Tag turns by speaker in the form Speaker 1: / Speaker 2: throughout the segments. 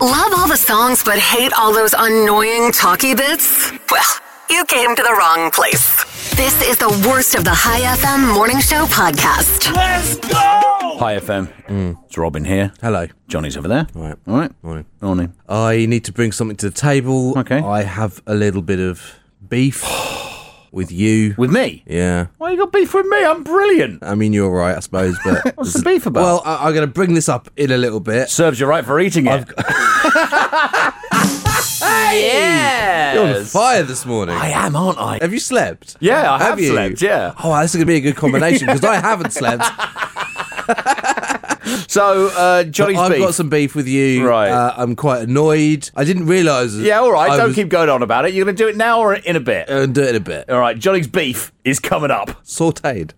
Speaker 1: Love all the songs but hate all those annoying talky bits? Well, you came to the wrong place. This is the worst of the High FM Morning Show podcast.
Speaker 2: Let's go!
Speaker 3: Hi FM. It's Robin here.
Speaker 4: Mm. Hello.
Speaker 3: Johnny's over there.
Speaker 4: Right.
Speaker 3: All right.
Speaker 4: Morning.
Speaker 3: Morning.
Speaker 4: I need to bring something to the table.
Speaker 3: Okay.
Speaker 4: I have a little bit of beef with you.
Speaker 3: With me?
Speaker 4: yeah.
Speaker 3: Why you got beef with me? I'm brilliant.
Speaker 4: I mean, you're right, I suppose, but.
Speaker 3: What's the beef about?
Speaker 4: well, I- I'm going to bring this up in a little bit.
Speaker 3: serves you right for eating it.
Speaker 4: You're on fire this morning.
Speaker 3: I am, aren't I?
Speaker 4: have you slept?
Speaker 3: Yeah, I have,
Speaker 4: you?
Speaker 3: slept. Yeah.
Speaker 4: Oh, wow, this is going to be a good combination because I haven't slept.
Speaker 3: So uh, Johnny's
Speaker 4: I've
Speaker 3: beef.
Speaker 4: got some beef with you.
Speaker 3: Right.
Speaker 4: Uh, I'm quite annoyed. I didn't realise.
Speaker 3: yeah, all right.
Speaker 4: I
Speaker 3: Don't
Speaker 4: was-
Speaker 3: keep going on about it. You're going to do it now or in a bit.
Speaker 4: Uh, do it in a bit.
Speaker 3: all right. Johnny's beef is coming up.
Speaker 4: Sauteed.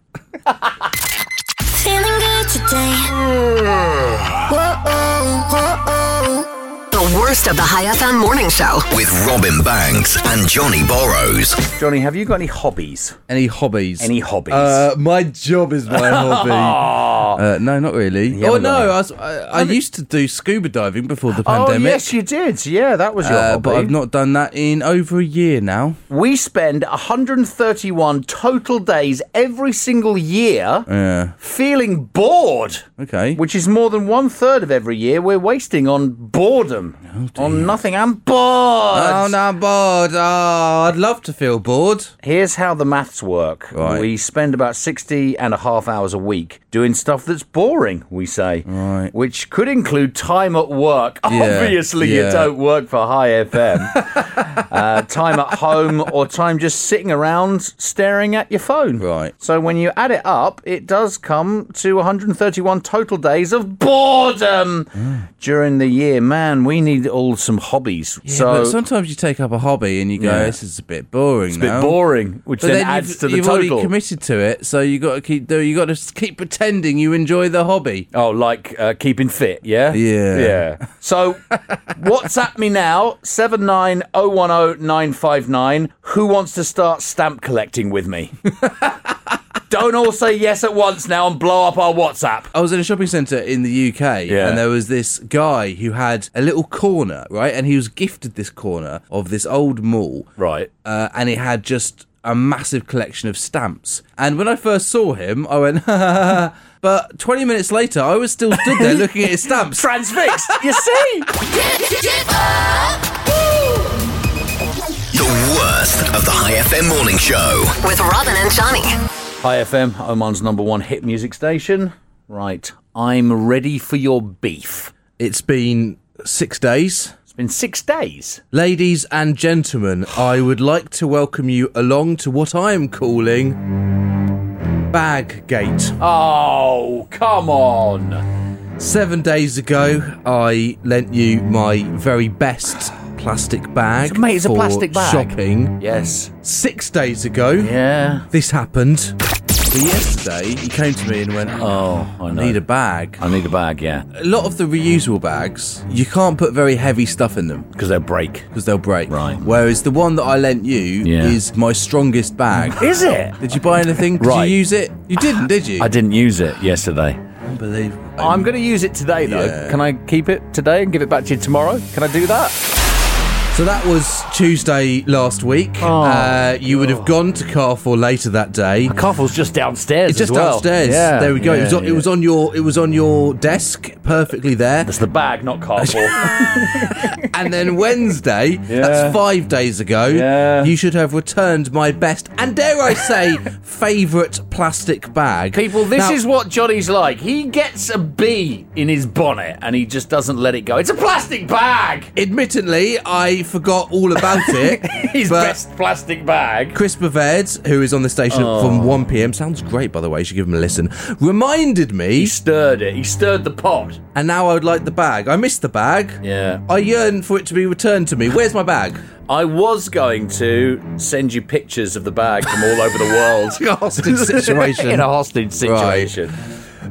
Speaker 5: Feeling good today.
Speaker 1: The worst of the High FM Morning Show.
Speaker 6: with Robin Banks and Johnny Borrows.
Speaker 3: Johnny, have you got any hobbies?
Speaker 4: Any hobbies?
Speaker 3: Any hobbies?
Speaker 4: Uh, my job is my hobby. Uh, no, not really. oh
Speaker 3: haven't got
Speaker 4: no, I, was, I, I used to do scuba diving before the
Speaker 3: oh
Speaker 4: pandemic.
Speaker 3: yes, you did. Yeah, that was your
Speaker 4: uh,
Speaker 3: hobby.
Speaker 4: but I've not done that in over a year now.
Speaker 3: We spend 131 total days every single year feeling bored.
Speaker 4: Uh, Okay.
Speaker 3: Which is more than one third of every year we're wasting on boredom. on nothing. I'm bored.
Speaker 4: Oh no, I'm bored. Oh, I'd love to feel bored.
Speaker 3: Here's how the maths work.
Speaker 4: Right.
Speaker 3: We spend about 60 and a half hours a week doing stuff that's boring, we say.
Speaker 4: Right.
Speaker 3: Which could include time at work. Obviously, you
Speaker 4: yeah.
Speaker 3: don't work for High FM. uh, time at home or time just sitting around staring at your phone.
Speaker 4: Right.
Speaker 3: So when you add it up, it does come to 131 total days of boredom
Speaker 4: Mm.
Speaker 3: during the year. Man, we need all some hobbies.
Speaker 4: Yeah,
Speaker 3: so
Speaker 4: but sometimes you take up a hobby and you go,
Speaker 3: Yeah.
Speaker 4: "This is a bit boring."
Speaker 3: it's a bit boring, which
Speaker 4: But
Speaker 3: then,
Speaker 4: then,
Speaker 3: adds
Speaker 4: you've,
Speaker 3: to the
Speaker 4: you've
Speaker 3: total.
Speaker 4: already committed to it, so you got to keep doing. You got to keep pretending you enjoy the hobby.
Speaker 3: Oh, like uh, keeping fit, yeah?
Speaker 4: Yeah.
Speaker 3: Yeah. So, WhatsApp me now, 79010 Who wants to start stamp collecting with me? Don't all say yes at once now and blow up our WhatsApp.
Speaker 4: I was in a shopping centre in the UK,
Speaker 3: Yeah.
Speaker 4: and there was this guy who had a little corner, right? And he was gifted this corner of this old mall,
Speaker 3: Right.
Speaker 4: uh, and it had just a massive collection of stamps. And when I first saw him, I went, but 20 minutes later, I was still stood there looking at his stamps.
Speaker 3: Transfixed, you see?
Speaker 6: The worst of the High FM morning show.
Speaker 1: With Robin and Johnny.
Speaker 3: Hi, FM, Oman's number one hit music station. Right. I'm ready for your beef.
Speaker 4: It's been six days.
Speaker 3: It's been six days.
Speaker 4: Ladies and gentlemen, I would like to welcome you along to what I am calling Baggate.
Speaker 3: Oh, come on.
Speaker 4: Seven days ago, I lent you my very best plastic bag.
Speaker 3: Mate, it's a
Speaker 4: for
Speaker 3: plastic bag.
Speaker 4: Shopping.
Speaker 3: Yes.
Speaker 4: Six days ago,
Speaker 3: Yeah.
Speaker 4: this happened. But yesterday, you came to me and went, "Oh,
Speaker 3: I
Speaker 4: I
Speaker 3: know.
Speaker 4: need a bag."
Speaker 3: I need a bag, yeah.
Speaker 4: A lot of the reusable bags, you can't put very heavy stuff in them
Speaker 3: Because they'll break.
Speaker 4: because they'll break.
Speaker 3: Right.
Speaker 4: Whereas the one that I lent you
Speaker 3: Yeah.
Speaker 4: is my strongest bag.
Speaker 3: Is it?
Speaker 4: Did you buy anything? Did
Speaker 3: Right.
Speaker 4: you use it? You didn't, did you?
Speaker 3: I didn't use it yesterday.
Speaker 4: Unbelievable.
Speaker 3: I'm going to use it today, though.
Speaker 4: Yeah.
Speaker 3: Can I keep it today and give it back to you tomorrow? Can I do that?
Speaker 4: So that was Tuesday last week.
Speaker 3: Oh.
Speaker 4: uh, you would have gone to Carrefour later that day.
Speaker 3: Carful's just downstairs.
Speaker 4: It's just
Speaker 3: as well.
Speaker 4: downstairs.
Speaker 3: Yeah.
Speaker 4: There we go.
Speaker 3: Yeah,
Speaker 4: it, was on,
Speaker 3: yeah.
Speaker 4: it was on your it was on your desk, perfectly there.
Speaker 3: It's the bag, not Carful.
Speaker 4: And then Wednesday,
Speaker 3: Yeah.
Speaker 4: that's five days ago.
Speaker 3: Yeah.
Speaker 4: You should have returned my best and dare I say favourite plastic bag.
Speaker 3: People, this
Speaker 4: Now-
Speaker 3: is what Johnny's like. He gets a bee in his bonnet and he just doesn't let it go. It's a plastic bag.
Speaker 4: admittedly I forgot all about it.
Speaker 3: His
Speaker 4: but
Speaker 3: best plastic bag.
Speaker 4: Chris Baved, who is on the station
Speaker 3: Oh.
Speaker 4: from 1 pm, sounds great by the way, you should give him a listen, reminded
Speaker 3: He
Speaker 4: me,
Speaker 3: stirred it. He stirred the pot.
Speaker 4: and now I would like the bag. I missed the bag.
Speaker 3: Yeah.
Speaker 4: I yearn for it to be returned to me. Where's my bag?
Speaker 3: I was going to send you pictures of the bag from all over the world.
Speaker 4: a hostage situation.
Speaker 3: In a hostage situation.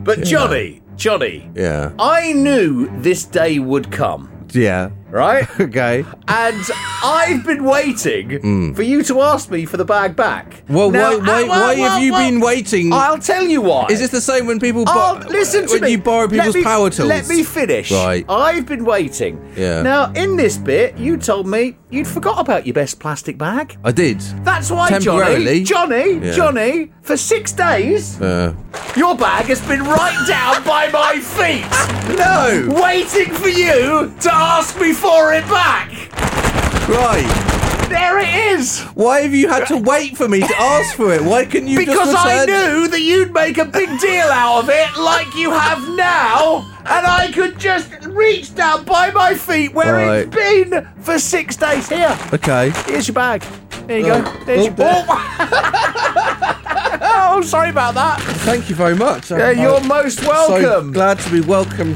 Speaker 3: But Johnny, Johnny,
Speaker 4: Yeah.
Speaker 3: I knew this day would come,
Speaker 4: Yeah.
Speaker 3: right?
Speaker 4: Okay.
Speaker 3: And I've been waiting for you to ask me for the bag back.
Speaker 4: Hmm. Well,
Speaker 3: Now-
Speaker 4: why, why,
Speaker 3: uh, well,
Speaker 4: why
Speaker 3: well,
Speaker 4: have you
Speaker 3: well,
Speaker 4: been waiting?
Speaker 3: I'll tell you why.
Speaker 4: Is this the same when people
Speaker 3: Oh,
Speaker 4: bo-
Speaker 3: listen to
Speaker 4: when
Speaker 3: me.
Speaker 4: you borrow
Speaker 3: Let
Speaker 4: people's
Speaker 3: me-
Speaker 4: power tools?
Speaker 3: Let me finish.
Speaker 4: Right.
Speaker 3: I've been waiting.
Speaker 4: Yeah.
Speaker 3: Now, in this bit, you told me you'd forgot about your best plastic bag.
Speaker 4: I did.
Speaker 3: That's why, Johnny,
Speaker 4: Temporarily.
Speaker 3: Johnny,
Speaker 4: Yeah.
Speaker 3: Johnny, for six days,
Speaker 4: Uh,
Speaker 3: your bag has been right down by my feet,
Speaker 4: no.
Speaker 3: waiting for you to ask me for it back.
Speaker 4: Right.
Speaker 3: There it is.
Speaker 4: Why have you had to wait for me to ask for it? Why couldn't you
Speaker 3: Because
Speaker 4: just
Speaker 3: I
Speaker 4: return?
Speaker 3: knew that you'd make a big deal out of it, like you have now, and I could just reach down by my feet where it's been for six days. Here,
Speaker 4: Okay.
Speaker 3: here's your bag. There you
Speaker 4: Oh,
Speaker 3: go. There's
Speaker 4: oh,
Speaker 3: your ball. oh, sorry about that.
Speaker 4: Thank you very much. uh,
Speaker 3: Yeah, you're most welcome.
Speaker 4: So glad to be welcome.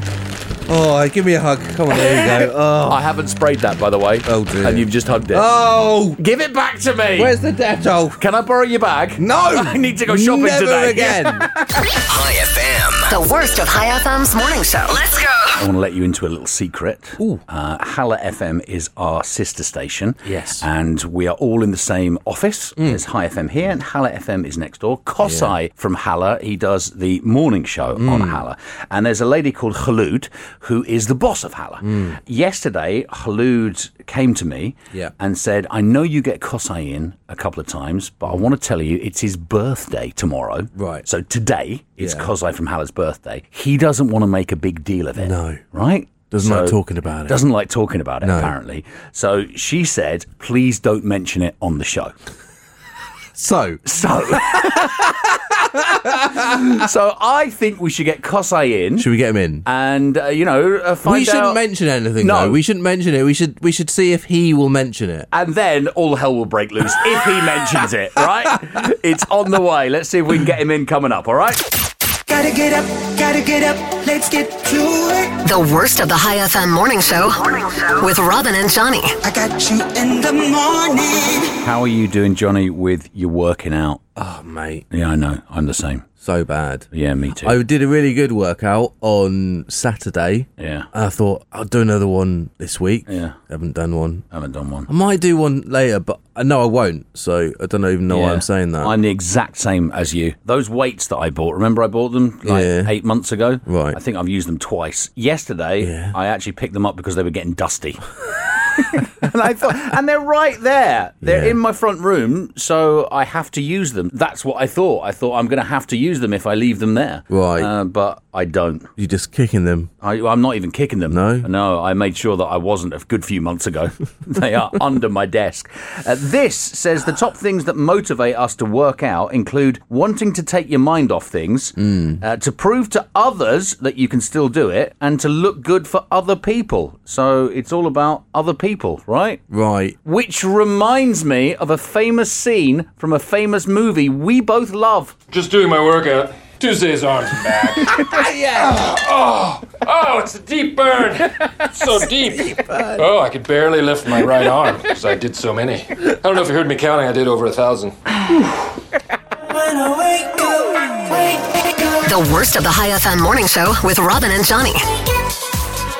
Speaker 4: Oh, give me a hug. Come on, there you go. Oh.
Speaker 3: I haven't sprayed that, by the way.
Speaker 4: Oh, dear.
Speaker 3: And you've just hugged it.
Speaker 4: Oh,
Speaker 3: Give it back to me.
Speaker 4: where's the Dettol?
Speaker 3: Can I borrow your bag?
Speaker 4: No,
Speaker 3: I need to go shopping
Speaker 4: Never
Speaker 3: today.
Speaker 4: again.
Speaker 6: High FM.
Speaker 1: The worst of High FM's morning show. Let's go.
Speaker 3: I want to let you into a little secret.
Speaker 4: Ooh.
Speaker 3: Uh, Hala FM is our sister station.
Speaker 4: Yes.
Speaker 3: And we are all in the same office. There's High FM here, and Hala FM is next door. Kosai from Hala, he does the morning show on Hala. And there's a lady called Khalud, who is the boss of Hala. Yesterday, Khalud came to me
Speaker 4: Yeah.
Speaker 3: and said, I know you get Kosai in a couple of times, but I want to tell you it's his birthday tomorrow.
Speaker 4: Right.
Speaker 3: So today, it's
Speaker 4: Yeah.
Speaker 3: Kosai from Hala's birthday. He doesn't want to make a big deal of it.
Speaker 4: No.
Speaker 3: Right?
Speaker 4: Doesn't like talking about it.
Speaker 3: Doesn't like talking about it, apparently. So she said, please don't mention it on the show.
Speaker 4: So,
Speaker 3: So. so I think we should get Kosai in
Speaker 4: should we get him in?
Speaker 3: and, uh, you know, uh, find
Speaker 4: we shouldn't
Speaker 3: out-
Speaker 4: mention anything.
Speaker 3: No.
Speaker 4: though. we shouldn't mention it. We should we should see if he will mention it.
Speaker 3: and then all hell will break loose if he mentions it, right? It's on the way. Let's see if we can get him in coming up, all right?
Speaker 2: Gotta get up, gotta get up, let's get to it.
Speaker 1: The worst of the High FM morning show, with Robin and Johnny.
Speaker 2: I got you in the morning.
Speaker 3: How are you doing, Johnny, with your working out?
Speaker 4: Oh, mate,
Speaker 3: Yeah, I know. I'm the same.
Speaker 4: so bad.
Speaker 3: Yeah, me too.
Speaker 4: I did a really good workout on Saturday.
Speaker 3: Yeah.
Speaker 4: And I thought I'll do another one this week.
Speaker 3: Yeah.
Speaker 4: haven't done one.
Speaker 3: I haven't done one.
Speaker 4: I might do one later, but I know I won't. So I don't even know why
Speaker 3: Yeah.
Speaker 4: I'm saying that.
Speaker 3: I'm the exact same as you. Those weights that I bought, remember I bought them like
Speaker 4: Yeah.
Speaker 3: eight months ago?
Speaker 4: Right.
Speaker 3: I think I've used them twice. Yesterday,
Speaker 4: Yeah.
Speaker 3: I actually picked them up because they were getting dusty. and I thought, and they're right there. They're
Speaker 4: Yeah.
Speaker 3: in my front room, so I have to use them. That's what I thought. I thought I'm going to have to use them if I leave them there.
Speaker 4: Right.
Speaker 3: Uh, but I don't.
Speaker 4: You're just kicking them.
Speaker 3: I, I'm not even kicking them.
Speaker 4: No?
Speaker 3: No, I made sure that I wasn't a good few months ago. they are under my desk. Uh, this says the top things that motivate us to work out include wanting to take your mind off things, uh, to prove to others that you can still do it, and to look good for other people. So it's all about other people, right?
Speaker 4: Right.
Speaker 3: Which reminds me of a famous scene from a famous movie we both love.
Speaker 5: Just doing my workout. Tuesdays arms and back. yeah. Oh, oh, it's a deep burn. It's so deep. Oh, I could barely lift my right arm because I did so many. I don't know if you heard me counting. I did over a thousand.
Speaker 2: When I wake up, wake up.
Speaker 1: The worst of the High FM morning show with Robin and Johnny.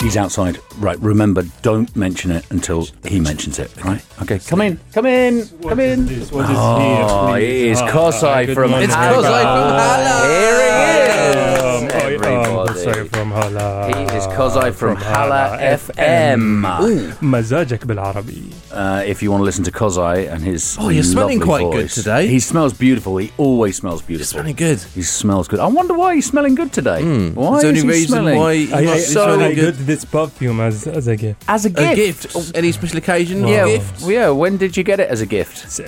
Speaker 3: He's outside. Right, remember, don't mention it until he mentions it, right? Okay, come in, come in, come in.
Speaker 7: This what is oh,
Speaker 3: it is
Speaker 4: Ah,
Speaker 3: Kosai from
Speaker 4: It's
Speaker 3: Hello.
Speaker 4: because I from Hello.
Speaker 7: Um, I
Speaker 4: oh,
Speaker 7: am
Speaker 3: Everybody.
Speaker 7: Kosai from Hala.
Speaker 3: He is
Speaker 4: Ah,
Speaker 3: Kozai from Hala FM.
Speaker 7: مزاجك بالعربي.
Speaker 3: Uh, if you want to listen to Kozai and his
Speaker 4: Oh, you're smelling
Speaker 3: lovely
Speaker 4: quite good
Speaker 3: voice.
Speaker 4: today.
Speaker 3: He smells beautiful. He always smells beautiful.
Speaker 4: Smelling good. Hmm.
Speaker 3: He smells good. I wonder why he's smelling good today. Why
Speaker 4: It's the only
Speaker 3: is he
Speaker 4: reason
Speaker 3: smelling?
Speaker 4: why he
Speaker 7: I, I,
Speaker 4: must be
Speaker 7: so I
Speaker 4: smelling
Speaker 7: got
Speaker 4: good.
Speaker 7: this perfume as, as a gift.
Speaker 3: As a
Speaker 4: A
Speaker 3: gift.
Speaker 4: gift. Oh, Any special occasion?
Speaker 3: Yeah,
Speaker 4: Gift.
Speaker 3: yeah. When did you get it as a gift?
Speaker 7: It's,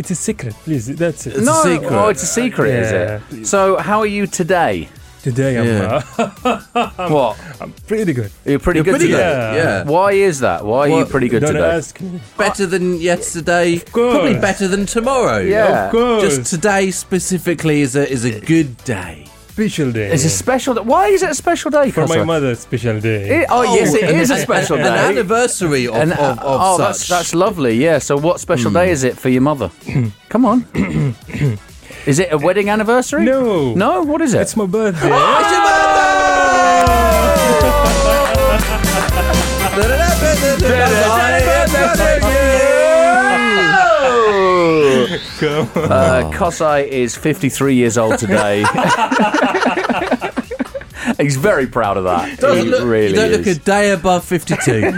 Speaker 7: it's a secret, please. That's it.
Speaker 3: no,
Speaker 4: secret.
Speaker 3: oh, it's a secret,
Speaker 7: Yeah,
Speaker 3: is it? So, how are you today?
Speaker 7: Today I'm,
Speaker 4: Yeah.
Speaker 7: uh,
Speaker 3: what?
Speaker 7: I'm pretty good.
Speaker 3: You're pretty good
Speaker 4: Pretty good.
Speaker 3: today.
Speaker 7: Yeah.
Speaker 4: yeah.
Speaker 3: Why is that? Why are you
Speaker 4: Well,
Speaker 3: pretty good
Speaker 7: Don't
Speaker 3: today?
Speaker 7: ask me.
Speaker 4: better than yesterday.
Speaker 7: course.
Speaker 4: Probably better than tomorrow.
Speaker 3: Yeah.
Speaker 7: Of course.
Speaker 4: Just today specifically is a is a good day.
Speaker 7: special day.
Speaker 3: It's a special day. Why is it a special day?
Speaker 7: for my
Speaker 3: Costa?
Speaker 7: mother, special day.
Speaker 3: It- oh, yes, it
Speaker 4: an-
Speaker 3: is a special
Speaker 4: an-
Speaker 3: day.
Speaker 4: An anniversary of,
Speaker 3: An-
Speaker 4: of, of
Speaker 3: oh,
Speaker 4: such.
Speaker 3: that's that's lovely. Yeah. So, what special day is it for your mother? Come on. is it a wedding anniversary?
Speaker 7: No.
Speaker 3: No. What is it?
Speaker 7: It's my birthday.
Speaker 4: It's your birthday! Da-da-da!
Speaker 3: Uh, Kosai is 53 years old today. He's very proud of that.
Speaker 4: Doesn't
Speaker 3: he
Speaker 4: look-
Speaker 3: really
Speaker 4: you don't
Speaker 3: is.
Speaker 4: look a day above 52.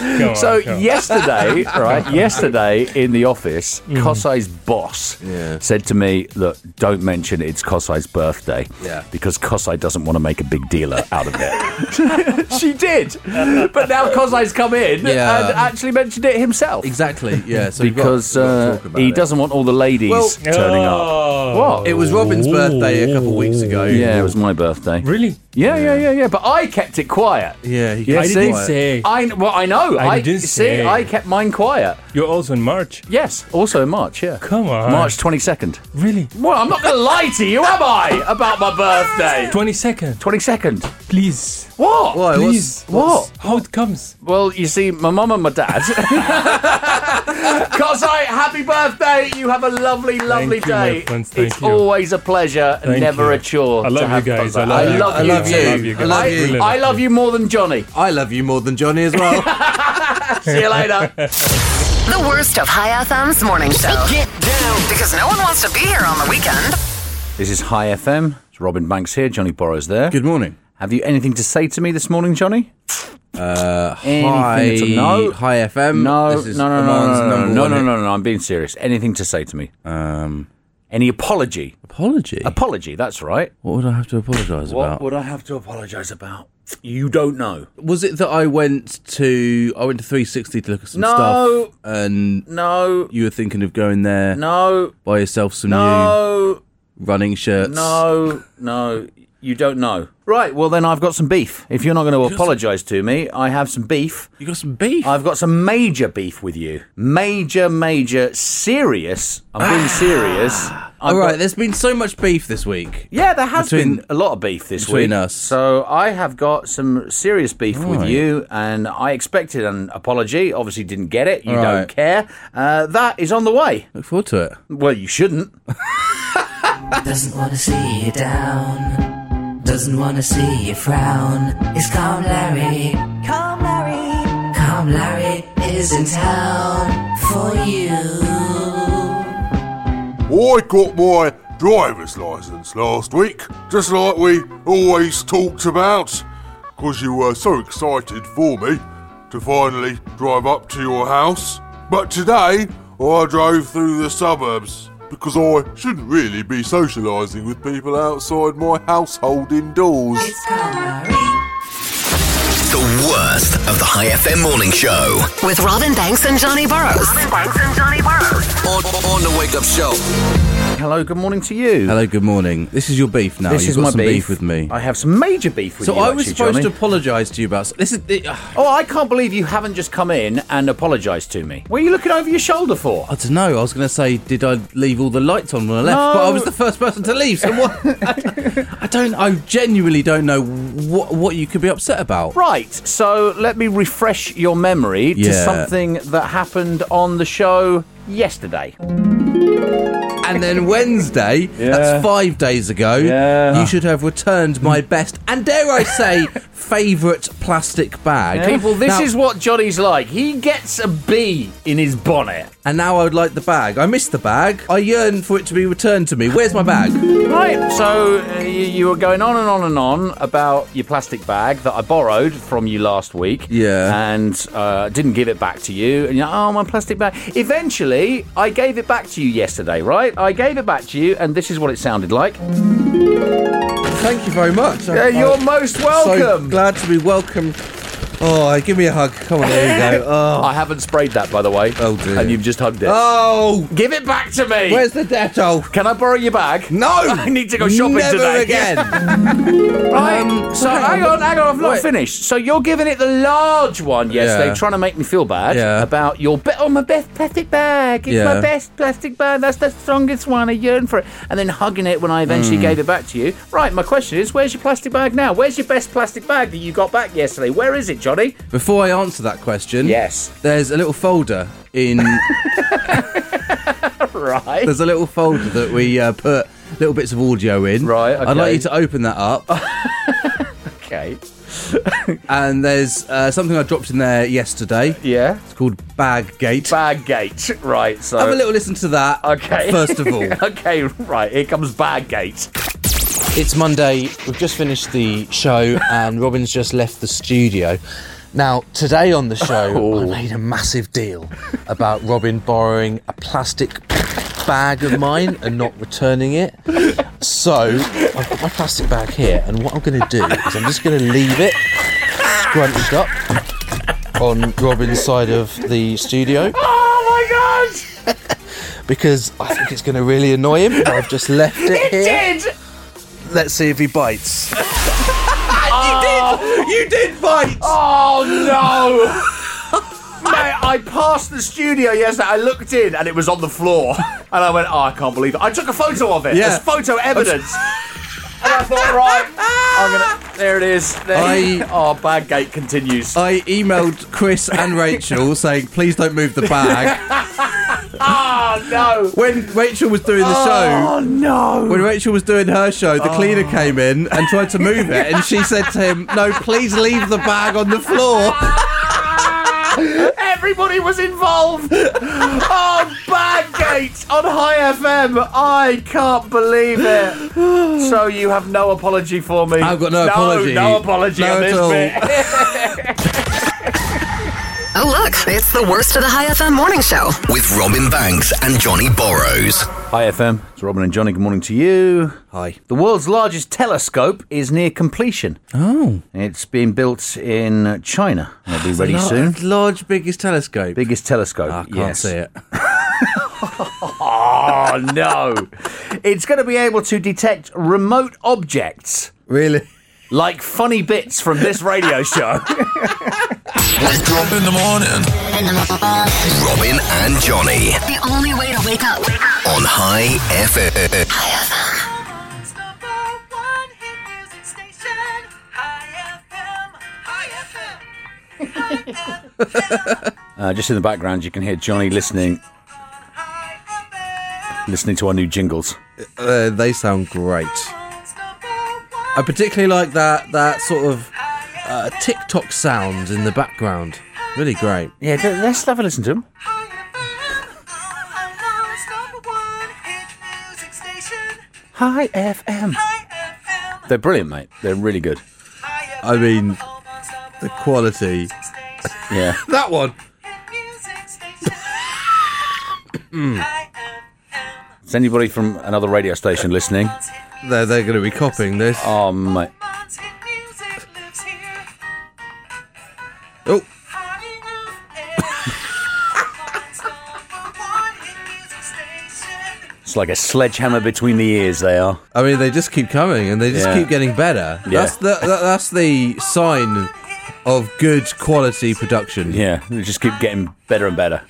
Speaker 7: Come on,
Speaker 3: So
Speaker 4: Oh,
Speaker 7: come on.
Speaker 3: yesterday, right? Yesterday in the office, Kosai's boss said to me, "Look, don't mention it's Kosai's birthday,
Speaker 4: Yeah.
Speaker 3: because Kosai doesn't want to make a big deal out of it." she did, but now Kosai's come in
Speaker 4: Yeah.
Speaker 3: and actually mentioned it himself
Speaker 4: exactly, yeah. So we've got-
Speaker 3: because
Speaker 4: we've got to
Speaker 3: uh,
Speaker 4: talk about
Speaker 3: he
Speaker 4: it.
Speaker 3: doesn't want all the ladies
Speaker 4: Well-
Speaker 3: turning up.
Speaker 7: Oh.
Speaker 3: What?
Speaker 4: It was Robin's birthday a couple of weeks ago.
Speaker 3: yeah, it was my birthday.
Speaker 7: Really?
Speaker 3: Yeah, yeah, yeah, yeah. But I kept it quiet.
Speaker 4: Yeah, he
Speaker 3: Yeah,
Speaker 4: kept it
Speaker 3: see?
Speaker 4: quiet.
Speaker 7: Say,
Speaker 3: I well, I know.
Speaker 7: I didn't
Speaker 3: see.
Speaker 7: say.
Speaker 3: I kept mine quiet.
Speaker 7: you're also in March.
Speaker 3: Yes, also in March, yeah.
Speaker 7: Come on.
Speaker 3: March 22nd.
Speaker 7: Really?
Speaker 3: Well, I'm not going to lie to you, am I, about my birthday?
Speaker 7: 22nd.
Speaker 3: 22nd.
Speaker 7: Please.
Speaker 3: What?
Speaker 4: Why,
Speaker 7: Please.
Speaker 4: what's-
Speaker 3: What?
Speaker 7: How it comes?
Speaker 3: Well, you see, my mum and my dad. Kosai, happy birthday. You have a lovely, lovely
Speaker 7: you, my
Speaker 3: day.
Speaker 7: friends, thank
Speaker 3: it's
Speaker 7: you.
Speaker 3: always a pleasure,
Speaker 7: Thank
Speaker 3: never
Speaker 7: you.
Speaker 3: a chore.
Speaker 7: I
Speaker 3: to
Speaker 7: love you
Speaker 3: have
Speaker 7: guys.
Speaker 3: Kosai.
Speaker 7: I love you.
Speaker 4: I love you. I love
Speaker 3: I,
Speaker 4: you.
Speaker 7: Really
Speaker 3: I love you more than Johnny.
Speaker 4: I love you more than Johnny as well.
Speaker 3: See you later.
Speaker 1: The worst of High FM's morning show. Get down. Because no one wants to be here on the weekend.
Speaker 3: this is High FM. It's Robin Banks here. Johnny Borrow's there.
Speaker 4: Good morning.
Speaker 3: Have you anything to say to me this morning, Johnny?
Speaker 7: Uh,
Speaker 3: Anything
Speaker 4: hi,
Speaker 3: to know?
Speaker 4: hi
Speaker 7: um,
Speaker 4: FM.
Speaker 3: No,
Speaker 4: This is
Speaker 3: no, no, no,
Speaker 4: Oman's
Speaker 3: no, no,
Speaker 4: number
Speaker 3: no,
Speaker 4: one
Speaker 3: no,
Speaker 4: hit.
Speaker 3: no, no, no. I'm being serious. Anything to say to me? Um, any apology?
Speaker 4: Apology.
Speaker 3: Apology. That's right.
Speaker 4: what would I have to apologise about?
Speaker 3: would I have to apologise about? You don't know.
Speaker 4: Was it that I went to I went to 360 to look at some
Speaker 3: No.
Speaker 4: stuff, and
Speaker 3: No,
Speaker 4: you were thinking of going there,
Speaker 3: no,
Speaker 4: buy yourself some
Speaker 3: no,
Speaker 4: new running shirts.
Speaker 3: no, no. You don't know. Right. Well, then I've got some beef. If you're not going to apologise to me, I have some beef.
Speaker 4: you got some beef.
Speaker 3: I've got some major beef with you. Major, major, serious. I'm being serious. I've
Speaker 4: All
Speaker 3: got-
Speaker 4: right, there's been so much beef this week.
Speaker 3: Yeah, there has
Speaker 4: Between-
Speaker 3: been a lot of beef this
Speaker 4: between
Speaker 3: week.
Speaker 4: us.
Speaker 3: So I have got some serious beef with
Speaker 4: Right.
Speaker 3: you, and I expected an apology. Obviously, didn't get it. You
Speaker 4: All
Speaker 3: don't
Speaker 4: right.
Speaker 3: care. Uh, that is on the way.
Speaker 4: Look forward to it.
Speaker 3: Well, you shouldn't.
Speaker 8: Doesn't wanna see you down. Doesn't wanna see you frown. It's Calm Larry. Calm Larry. Calm Larry is in town for you.
Speaker 9: I got my driver's license last week, just like we always talked about, 'cause you were so excited for me to finally drive up to your house. But today, I drove through the suburbs because I shouldn't really be socialising with people outside my household indoors.
Speaker 8: It's Calm Larry.
Speaker 6: The worst of the High FM morning show.
Speaker 1: With Robin Banks and Johnny Burrows. Robin Banks and Johnny Burrows.
Speaker 6: On, on the wake up show.
Speaker 3: Hello, good morning to you.
Speaker 4: Hello, good morning. This is your beef now.
Speaker 3: This
Speaker 4: You've
Speaker 3: is
Speaker 4: got
Speaker 3: my
Speaker 4: some beef. with me.
Speaker 3: I have some major beef with
Speaker 4: so
Speaker 3: you.
Speaker 4: I was
Speaker 3: actually,
Speaker 4: supposed
Speaker 3: Johnny.
Speaker 4: to apologise to you about this. Is the,
Speaker 3: Oh, I can't believe you haven't just come in and apologised to me. What are you looking over your shoulder for?
Speaker 4: I don't know. I was going to say, did I leave all the lights on when I left?
Speaker 3: No.
Speaker 4: But I was the first person to leave. So what? I, I don't. I genuinely don't know what what you could be upset about.
Speaker 3: Right, so let me refresh your memory to
Speaker 4: Yeah.
Speaker 3: something that happened on the show yesterday.
Speaker 4: And then Wednesday,
Speaker 7: Yeah.
Speaker 4: that's five days ago.
Speaker 7: Yeah.
Speaker 4: You should have returned my best and dare I say favourite plastic bag.
Speaker 3: People, this
Speaker 4: Eh? Now-
Speaker 3: is what Johnny's like. He gets a bee in his bonnet.
Speaker 4: And now I would like the bag. I missed the bag. I yearn for it to be returned to me. Where's my bag?
Speaker 3: Right, so uh, you, you were going on and on and on about your plastic bag that I borrowed from you last week.
Speaker 4: Yeah.
Speaker 3: And uh, didn't give it back to you. And you're like, oh, my plastic bag. Eventually, I gave it back to you yesterday, right? I gave it back to you, and this is what it sounded like.
Speaker 4: Thank you very much.
Speaker 3: Yeah, you're most
Speaker 4: So
Speaker 3: welcome.
Speaker 4: glad to be welcome. Oh, give me a hug. Come on, there you go. Oh,
Speaker 3: I haven't sprayed that, by the way.
Speaker 4: Oh, dear.
Speaker 3: And you've just hugged it.
Speaker 4: oh
Speaker 3: Give it back to me.
Speaker 4: where's the Dettol?
Speaker 3: Can I borrow your bag?
Speaker 4: No,
Speaker 3: I need to go shopping
Speaker 4: Never
Speaker 3: today.
Speaker 4: again.
Speaker 3: Right.
Speaker 4: Um,
Speaker 3: so
Speaker 4: hang
Speaker 3: hang on,
Speaker 4: on,
Speaker 3: hang on. I've not
Speaker 4: wait.
Speaker 3: finished. So you're giving it the large one yesterday,
Speaker 4: Yeah.
Speaker 3: trying to make me feel bad
Speaker 4: Yeah.
Speaker 3: about your be- oh my best plastic bag. It's my
Speaker 4: Yeah.
Speaker 3: best plastic bag. That's the strongest one. I yearn for it. And then hugging it when I eventually
Speaker 4: Hmm.
Speaker 3: gave it back to you. Right. My question is, where's your plastic bag now? Where's your best plastic bag that you got back yesterday? Where is it, Johnny?
Speaker 4: Before I answer that question,
Speaker 3: Yes.
Speaker 4: there's a little folder in.
Speaker 3: Right.
Speaker 4: there's a little folder that we uh, put little bits of audio in.
Speaker 3: Right,
Speaker 4: I'd like
Speaker 3: okay.
Speaker 4: you to open that up.
Speaker 3: okay.
Speaker 4: and there's uh, something I dropped in there yesterday.
Speaker 3: Yeah.
Speaker 4: It's called Baggate.
Speaker 3: Baggate. Right. So.
Speaker 4: Have a little listen to that.
Speaker 3: Okay.
Speaker 4: First of all.
Speaker 3: okay. Right. Here comes Baggate.
Speaker 10: It's Monday. We've just finished the show, and Robin's just left the studio. Now, today on the show, I made a massive deal about Robin borrowing a plastic bag of mine and not returning it. So, I've got my plastic bag here, and what I'm going to do is I'm just going to leave it scrunched up on Robin's side of the studio
Speaker 3: Oh my gosh!
Speaker 10: because I think it's going to really annoy him. I've just left it, here. Let's see if he bites.
Speaker 4: You did bite!
Speaker 3: Oh no! Mate, I passed the studio yesterday. I looked in and it was on the floor, and I went, "Oh, I can't believe it!" I took a photo of it.
Speaker 4: Yeah.
Speaker 3: There's photo evidence. and I thought, right, I'm gonna. There it is. There.
Speaker 4: I-
Speaker 3: Oh, Baggate continues.
Speaker 4: I emailed Chris and Rachel saying, please don't move the bag.
Speaker 3: oh no!
Speaker 4: When Rachel was doing the show,
Speaker 3: Oh no!
Speaker 4: when Rachel was doing her show, the cleaner came in and tried to move it, and she said to him, No, please leave the bag on the floor.
Speaker 3: Everybody was involved. oh, Baggate on High FM. I can't believe it. So you have no apology for me.
Speaker 4: I've got no apology.
Speaker 3: No apology
Speaker 4: No
Speaker 3: on
Speaker 4: at
Speaker 3: this
Speaker 4: all.
Speaker 3: bit.
Speaker 1: Oh, look, it's the worst of the High FM morning show.
Speaker 6: With Robin Banks and Johnny Borrows.
Speaker 3: Hi FM, it's Robin and Johnny. Good morning to you.
Speaker 4: Hi.
Speaker 3: The world's largest telescope is near completion.
Speaker 4: Oh.
Speaker 3: It's being built in China. It'll be ready soon.
Speaker 4: Large, biggest telescope.
Speaker 3: Biggest telescope.
Speaker 4: I can't
Speaker 3: yes.
Speaker 4: see it.
Speaker 3: Oh no! it's going to be able to detect remote objects
Speaker 4: Really?
Speaker 3: like funny bits from this radio show.
Speaker 6: Wake up in the morning. Robin and Johnny
Speaker 1: The only way to wake up.
Speaker 6: on High FM.
Speaker 8: Ireland's number one hit music station. High FM. High FM.
Speaker 3: Uh, just in the background, you can hear Johnny listening, listening to our new jingles.
Speaker 4: Uh, they sound great.
Speaker 8: Ireland's number one.
Speaker 4: I particularly like that that sort of uh, TikTok sound in the background. Really great.
Speaker 3: Yeah, let's have a listen to them.
Speaker 8: High FM. Ireland's number one hit music station.
Speaker 3: Hi FM.
Speaker 8: High FM.
Speaker 3: They're brilliant, mate. They're really good.
Speaker 8: High
Speaker 4: I mean,
Speaker 8: Ireland's number
Speaker 4: the
Speaker 8: one
Speaker 4: quality.
Speaker 8: music station.
Speaker 3: Yeah.
Speaker 4: That one.
Speaker 8: Hit music station.
Speaker 4: Mm.
Speaker 8: High FM.
Speaker 3: Is anybody from another radio station listening?
Speaker 4: They're, they're going to be copying this.
Speaker 3: Oh, mate.
Speaker 8: Man's hit music lives here.
Speaker 4: Oh,
Speaker 8: High FM. Ireland's number one hit music station.
Speaker 3: It's like a sledgehammer between the ears, they are.
Speaker 4: I mean, they just keep coming and they just
Speaker 3: Yeah.
Speaker 4: keep getting better.
Speaker 3: Yeah.
Speaker 4: That's the that, that's the sign of good quality production.
Speaker 3: Yeah, they just keep getting better and better.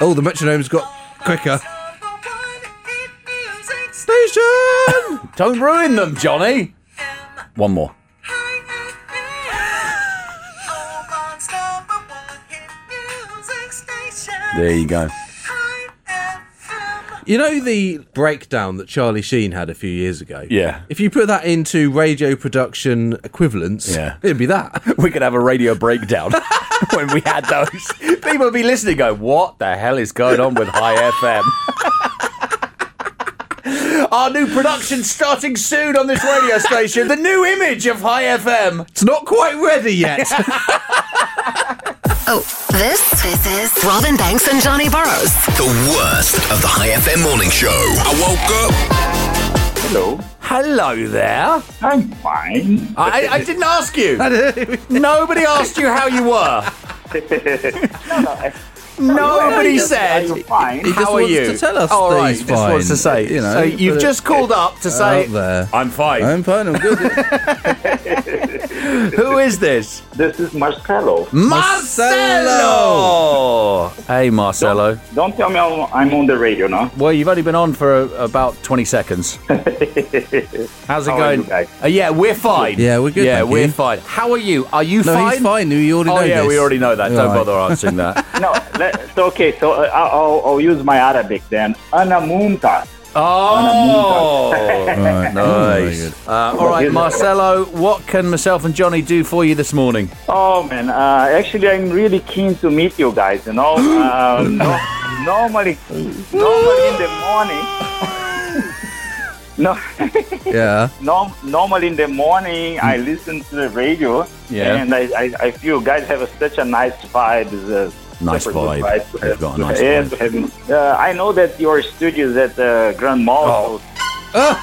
Speaker 4: Oh, the metronome's got quicker.
Speaker 8: Number one hit music station.
Speaker 4: Station.
Speaker 3: Don't ruin them, Johnny! One more.
Speaker 8: Oman's number one hit music station.
Speaker 3: There you go.
Speaker 8: High FM.
Speaker 4: you know the breakdown that Charlie Sheen had a few years ago.
Speaker 3: Yeah.
Speaker 4: If you put that into radio production equivalents,
Speaker 3: Yeah.
Speaker 4: it'd be that.
Speaker 3: We could have a radio breakdown when we had those. People would be listening, go, what the hell is going on with High FM? Our new production starting soon on this radio station. The new image of High FM.
Speaker 4: It's not quite ready yet.
Speaker 1: Oh, this? This is Robin Banks and Johnny Burrows.
Speaker 6: The worst of the High FM morning show. I woke up.
Speaker 3: Hello there.
Speaker 11: I'm fine.
Speaker 3: I, I didn't ask you. Nobody asked you how you were. Nobody said.
Speaker 11: I'm fine.
Speaker 4: He just
Speaker 3: How are
Speaker 4: wants
Speaker 3: you?
Speaker 4: to tell us
Speaker 3: All
Speaker 4: that
Speaker 3: right,
Speaker 4: he's
Speaker 3: just wants
Speaker 4: fine,
Speaker 3: to say.
Speaker 4: you know,
Speaker 3: so you've
Speaker 4: but- Uh,
Speaker 3: just called up to say,
Speaker 4: Out there.
Speaker 3: "I'm fine."
Speaker 4: I'm fine. I'm good.
Speaker 3: Who is this?
Speaker 11: This is Marcelo.
Speaker 3: Hmm? Marcelo.
Speaker 4: Marcelo!
Speaker 3: Hey, Marcelo.
Speaker 11: Don't tell me I'm I'm on the radio now.
Speaker 3: Well, you've only been on for uh, about 20 seconds. How's it
Speaker 11: How are
Speaker 3: going?
Speaker 11: you guys?
Speaker 3: Uh, yeah, we're fine.
Speaker 4: Yeah, we're good,
Speaker 3: Yeah,
Speaker 4: thank
Speaker 3: we're
Speaker 4: you.
Speaker 3: fine. How are you? Are you
Speaker 4: No,
Speaker 3: fine?
Speaker 4: he's fine. You already
Speaker 3: Oh
Speaker 4: know
Speaker 3: yeah,
Speaker 4: this.
Speaker 3: we already know that. Don't
Speaker 4: All right.
Speaker 3: bother answering that.
Speaker 11: No, let, so okay, so uh, I'll, I'll use my Arabic then. Ana munta.
Speaker 3: Oh,
Speaker 4: Right. Very
Speaker 3: nice.
Speaker 4: good.
Speaker 3: Uh, all right, Marcelo, what can myself and Johnny do for you this morning?
Speaker 11: Oh man, uh, actually, I'm really keen to meet you guys. You know, um, no, normally, normally in the morning. No,
Speaker 4: Yeah.
Speaker 11: no, normally in the morning
Speaker 3: Hmm.
Speaker 11: I listen to the radio,
Speaker 3: Yeah.
Speaker 11: and I, I, I feel you guys have a, such a nice vibe. It's a
Speaker 3: Nice
Speaker 11: super good
Speaker 3: vibe.
Speaker 11: to
Speaker 3: They've
Speaker 11: have-
Speaker 3: got a
Speaker 11: to
Speaker 3: nice
Speaker 11: have-
Speaker 3: vibe.
Speaker 11: having- uh, I know that your studio is at uh, Grand Mall.
Speaker 3: Oh.
Speaker 11: so-
Speaker 3: Ah!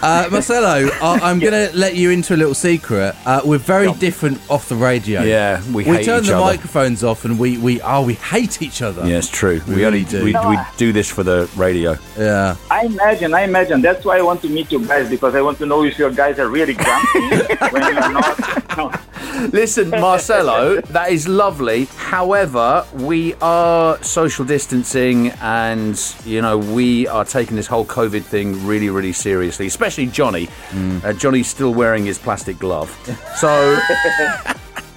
Speaker 4: Uh, Marcelo, I- I'm going to let you into a little secret. Uh, we're very different off the radio.
Speaker 3: Yeah, we hate
Speaker 4: turn
Speaker 3: each
Speaker 4: the
Speaker 3: other.
Speaker 4: microphones off, and we we oh we hate each other.
Speaker 3: Yeah, it's true. We,
Speaker 4: really
Speaker 3: only
Speaker 4: do.
Speaker 3: We, we do this for the radio.
Speaker 4: Yeah.
Speaker 11: I imagine, I imagine. That's why I want to meet you guys because I want to know if your guys are really grumpy when you're not. No.
Speaker 3: Listen, Marcelo, that is lovely. However, we are social distancing and, you know, we are taking this whole COVID thing really, really seriously, especially Johnny.
Speaker 4: Mm.
Speaker 3: Uh, Johnny's still wearing his plastic glove. So.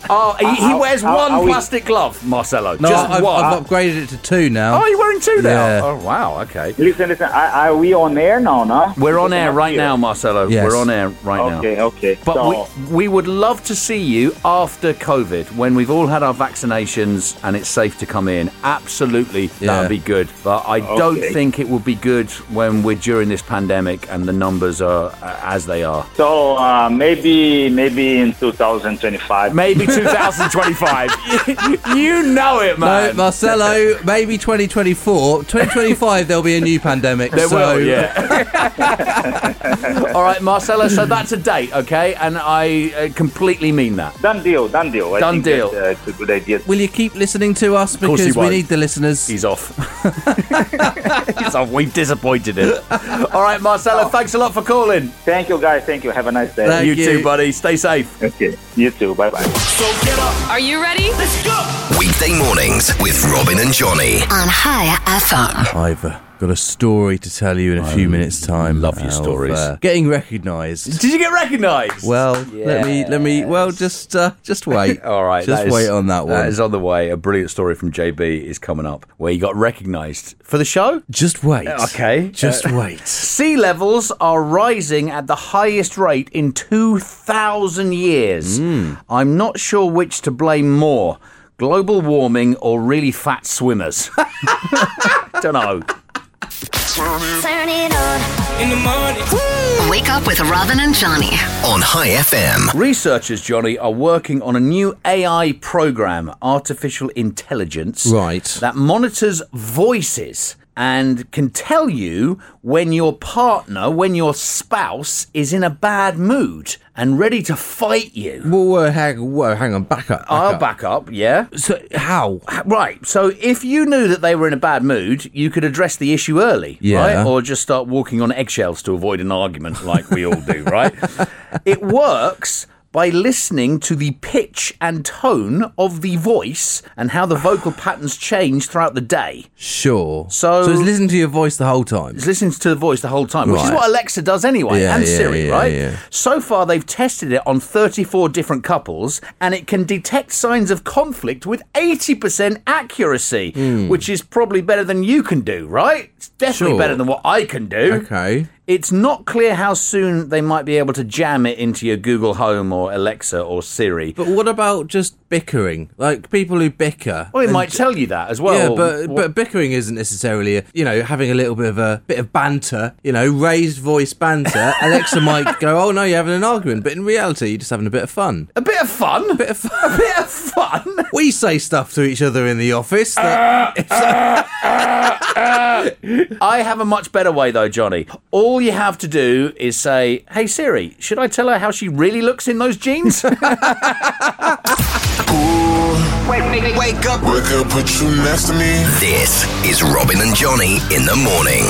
Speaker 3: Oh, he, he
Speaker 4: Are-
Speaker 3: wears
Speaker 4: are-
Speaker 3: one
Speaker 4: are we-
Speaker 3: plastic glove, Marcelo.
Speaker 4: No,
Speaker 3: just
Speaker 4: I've,
Speaker 3: one.
Speaker 4: I've upgraded it to two now.
Speaker 3: Oh, you're wearing two now?
Speaker 4: Yeah.
Speaker 3: Oh, wow, okay.
Speaker 11: Listen, listen. Are, are we on air now? No.
Speaker 3: We're on air right now, Marcelo.
Speaker 4: Yes.
Speaker 3: We're on air right now.
Speaker 11: Okay, okay.
Speaker 3: But
Speaker 11: So-
Speaker 3: we, we would love to see you after COVID when we've all had our vaccinations and it's safe to come in. Absolutely, that
Speaker 4: Yeah.
Speaker 3: would be good. But I don't
Speaker 11: Okay.
Speaker 3: think it would be good when we're during this pandemic and the numbers are uh, as they are.
Speaker 11: So uh, maybe, maybe in 2025.
Speaker 3: Maybe 2025. you know it,
Speaker 4: No,
Speaker 3: man.
Speaker 4: Marcelo, maybe 2024. 2025, there'll be a new pandemic.
Speaker 3: There
Speaker 4: so
Speaker 3: will, yeah. All right, Marcelo. So that's a date, okay? And I uh, completely mean that.
Speaker 11: Done deal. Done deal. I
Speaker 3: Done
Speaker 11: think
Speaker 3: deal.
Speaker 11: That, uh, it's a good idea.
Speaker 4: Will you keep listening to us?
Speaker 3: course
Speaker 4: Because
Speaker 3: you
Speaker 4: we
Speaker 3: won't.
Speaker 4: need the listeners.
Speaker 3: He's off. He's off. We've disappointed him. All right, Marcelo, thanks a lot for calling.
Speaker 11: Thank you, guys. Thank you. Have a nice day.
Speaker 4: Oh. Thank
Speaker 3: you,
Speaker 4: you.
Speaker 3: too, buddy. Stay safe.
Speaker 11: Okay. You too. Bye bye.
Speaker 1: Are you ready? Let's go.
Speaker 6: Weekday mornings with Robin and Johnny.
Speaker 1: On High FM.
Speaker 4: I've uh, got a story to tell you in a few minutes' time.
Speaker 3: love your
Speaker 4: of,
Speaker 3: stories.
Speaker 4: uh, getting recognised.
Speaker 3: Did you get recognised?
Speaker 4: Well, let me let me. Well, just uh, just wait.
Speaker 3: all right.
Speaker 4: just
Speaker 3: that is-
Speaker 4: wait on that one.
Speaker 3: That is on the way. A brilliant story from JB is coming up where he got recognised for the show.
Speaker 4: just wait.
Speaker 3: Okay. uh,
Speaker 4: Just wait.
Speaker 3: Sea levels are rising at the highest rate in 2,000 years.
Speaker 4: Hmm.
Speaker 3: I'm not sure which to blame more global warming or really fat swimmers. Don't know.
Speaker 1: Turn it on.
Speaker 7: In the morning.
Speaker 1: Wake up with Robin and Johnny.
Speaker 6: On High FM.
Speaker 3: Researchers, Johnny, are working on a new AI program, artificial intelligence,
Speaker 4: Right.
Speaker 3: that monitors voices and can tell you when your partner, when your spouse is in a bad mood and ready to fight you.
Speaker 4: Whoa, whoa, hang, whoa, hang on. Back up. Back
Speaker 3: I'll
Speaker 4: up.
Speaker 3: back up, yeah.
Speaker 4: So how?
Speaker 3: Right. So if you knew that they were in a bad mood, you could address the issue early,
Speaker 4: Yeah.
Speaker 3: right? Or just start walking on eggshells to avoid an argument like we all do, right? It works by listening to the pitch and tone of the voice and how the vocal patterns change throughout the day.
Speaker 4: Sure.
Speaker 3: So-
Speaker 4: so it's listening to your voice the whole time.
Speaker 3: It's listening to the voice the whole time, which is
Speaker 4: Right.
Speaker 3: what Alexa does anyway,
Speaker 4: Yeah,
Speaker 3: and
Speaker 4: yeah,
Speaker 3: Siri,
Speaker 4: yeah,
Speaker 3: right?
Speaker 4: yeah.
Speaker 3: So far, they've tested it on 34 different couples, and it can detect signs of conflict with 80% accuracy, which is probably better than you can do, right? It's definitely
Speaker 4: Hmm. Sure.
Speaker 3: better than what I can do.
Speaker 4: Okay.
Speaker 3: It's not clear how soon they might be able to jam it into your Google Home or Alexa or Siri.
Speaker 4: But what about just bickering? Like people who bicker.
Speaker 3: Well, it
Speaker 4: and
Speaker 3: might
Speaker 4: j-
Speaker 3: tell you that as well.
Speaker 4: yeah, but but bickering isn't necessarily a, you know having a little bit of a bit of banter, you know, raised voice banter. Alexa might go, "Oh no, you're having an argument," but in reality, you're just having a bit of fun.
Speaker 3: a bit of fun.
Speaker 4: Bit of fun.
Speaker 3: A bit of fun.
Speaker 4: We say stuff to each other in the office. That,
Speaker 3: I have a much better way though, Johnny. All you have to do is say, "Hey Siri, should I tell her how she really looks in those jeans?"
Speaker 6: Wake up. Wake up, put you next to me. This is Robin and Johnny in the morning.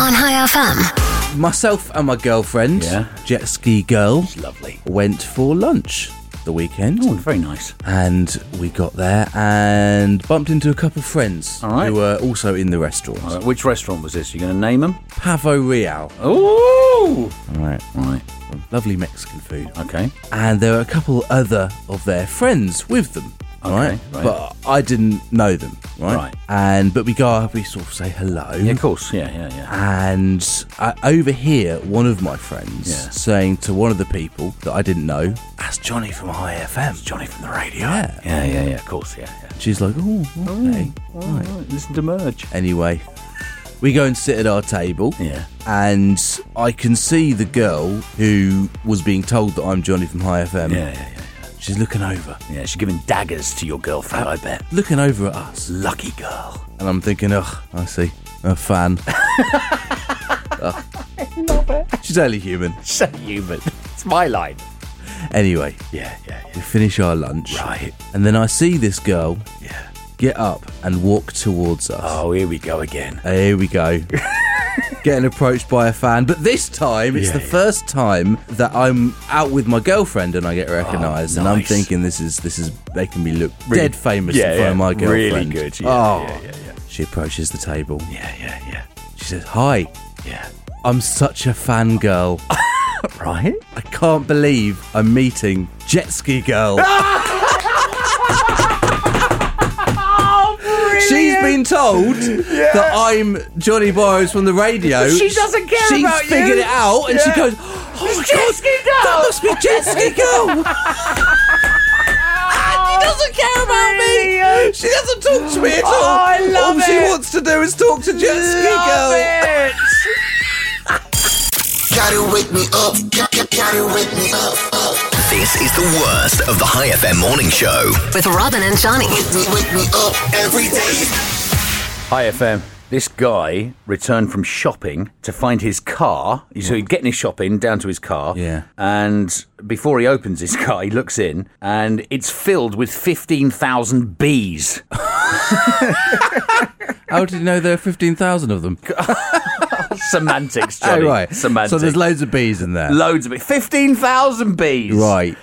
Speaker 1: On High FM.
Speaker 4: myself and my girlfriend,
Speaker 3: Uh. Yeah.
Speaker 4: jet ski girl,
Speaker 3: Lovely.
Speaker 4: went for lunch the weekend.
Speaker 3: Oh, very nice.
Speaker 4: And we got there and bumped into a couple of friends
Speaker 3: All right.
Speaker 4: who were also in the restaurant.
Speaker 3: All right, Uh. which restaurant was this? You're going to name them?
Speaker 4: Pavo Real.
Speaker 3: Ooh.
Speaker 4: All right.
Speaker 3: All right.
Speaker 4: Lovely Mexican food.
Speaker 3: Okay.
Speaker 4: And there were a couple other of their friends with them. right?
Speaker 3: right.
Speaker 4: But I didn't know them, right?
Speaker 3: Right.
Speaker 4: And but we go up, we sort of say hello. Yeah,
Speaker 3: of course. Yeah, yeah, yeah.
Speaker 4: And I overhear one of my friends
Speaker 3: Yeah.
Speaker 4: saying to one of the people that I didn't know,
Speaker 3: That's Johnny from High FM. It's Johnny from the radio.
Speaker 4: Yeah.
Speaker 3: yeah, yeah, yeah. Of course, yeah. yeah.
Speaker 4: She's like, oh, okay.
Speaker 3: Listen to Merge.
Speaker 4: Anyway, we go and sit at our table.
Speaker 3: Yeah.
Speaker 4: And I can see the girl who was being told that I'm Johnny from High FM.
Speaker 3: Yeah, yeah, yeah,
Speaker 4: She's looking over.
Speaker 3: Yeah, she's giving daggers to your girlfriend, I bet.
Speaker 4: Looking over at us.
Speaker 3: Lucky girl.
Speaker 4: And I'm thinking, oh, I see. A fan. She's only human.
Speaker 3: So human. It's my line.
Speaker 4: Anyway,
Speaker 3: Yeah, yeah,
Speaker 4: we finish our lunch.
Speaker 3: Right.
Speaker 4: And then I see this girl get up and walk towards us.
Speaker 3: Oh, here we go again.
Speaker 4: Here we go. Getting approached by a fan, but this time it's
Speaker 3: Yeah,
Speaker 4: the
Speaker 3: yeah.
Speaker 4: first time that I'm out with my girlfriend and I get recognised, and I'm
Speaker 3: Oh, nice.
Speaker 4: thinking this is this is making me look
Speaker 3: Really-
Speaker 4: dead famous
Speaker 3: yeah,
Speaker 4: in front of
Speaker 3: yeah,
Speaker 4: my
Speaker 3: really
Speaker 4: girlfriend.
Speaker 3: good, yeah,
Speaker 4: oh,
Speaker 3: yeah, yeah, yeah.
Speaker 4: she approaches the table.
Speaker 3: Yeah, yeah, yeah.
Speaker 4: She says, "Hi,
Speaker 3: Yeah.
Speaker 4: I'm such a fangirl.
Speaker 3: Right?
Speaker 4: I can't believe I'm meeting jet ski girl."
Speaker 3: Oh,
Speaker 4: She's been told that I'm Johnny Borrows from the radio.
Speaker 3: She doesn't care
Speaker 4: She's
Speaker 3: about you.
Speaker 4: figured it out and she
Speaker 3: Yeah.
Speaker 4: goes, Oh my
Speaker 3: jet
Speaker 4: God,
Speaker 3: ski girl."
Speaker 4: That must be Jet Ski Girl. she doesn't care about me. She doesn't talk to me at all.
Speaker 3: Oh, I love
Speaker 4: all she
Speaker 3: it.
Speaker 4: wants to do is talk to Jet Ski Girl.
Speaker 3: it.
Speaker 6: Gotta wake me up. Gotta wake me up. This is the worst of the High FM morning show.
Speaker 1: With Robin and Johnny.
Speaker 6: Wake me up every day.
Speaker 3: Hi FM. This guy returned from shopping to find his car. So he's getting his shopping down to his car.
Speaker 4: Yeah.
Speaker 3: And before he opens his car, he looks in and it's filled with 15,000 bees.
Speaker 4: How did you know there are 15,000 of them?
Speaker 3: Semantics,
Speaker 4: Oh,
Speaker 3: Johnny.
Speaker 4: right.
Speaker 3: Semantics.
Speaker 4: So there's loads of bees in there.
Speaker 3: Loads of bees. 15,000 bees.
Speaker 4: right.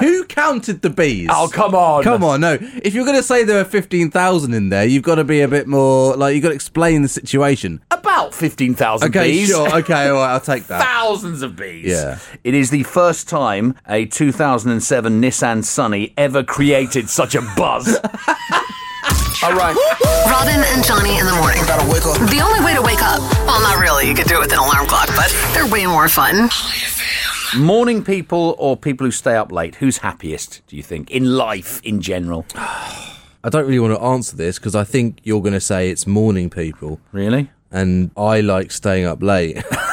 Speaker 4: Who counted the bees?
Speaker 3: Oh, come on.
Speaker 4: Come on, Uh, no. If you're going to say there are 15,000 in there, you've got to be a bit more, like, you've got to explain the situation.
Speaker 3: About 15,000
Speaker 4: Okay,
Speaker 3: bees.
Speaker 4: sure. Okay, all right, I'll take that.
Speaker 3: Thousands of bees.
Speaker 4: Yeah.
Speaker 3: Uh, It is the first time a 2007 Nissan Sunny ever created such a buzz. All right.
Speaker 1: Robin and Johnny in the morning.
Speaker 6: Gotta wake up.
Speaker 1: The only way to wake up. Well, not really. You could do it with an alarm clock, but they're way more fun.
Speaker 3: Morning people or people who stay up late, who's happiest, do you think, in life in general?
Speaker 4: I don't really want to answer this because I think you're going to say it's morning people,
Speaker 3: Really?
Speaker 4: and I like staying up late.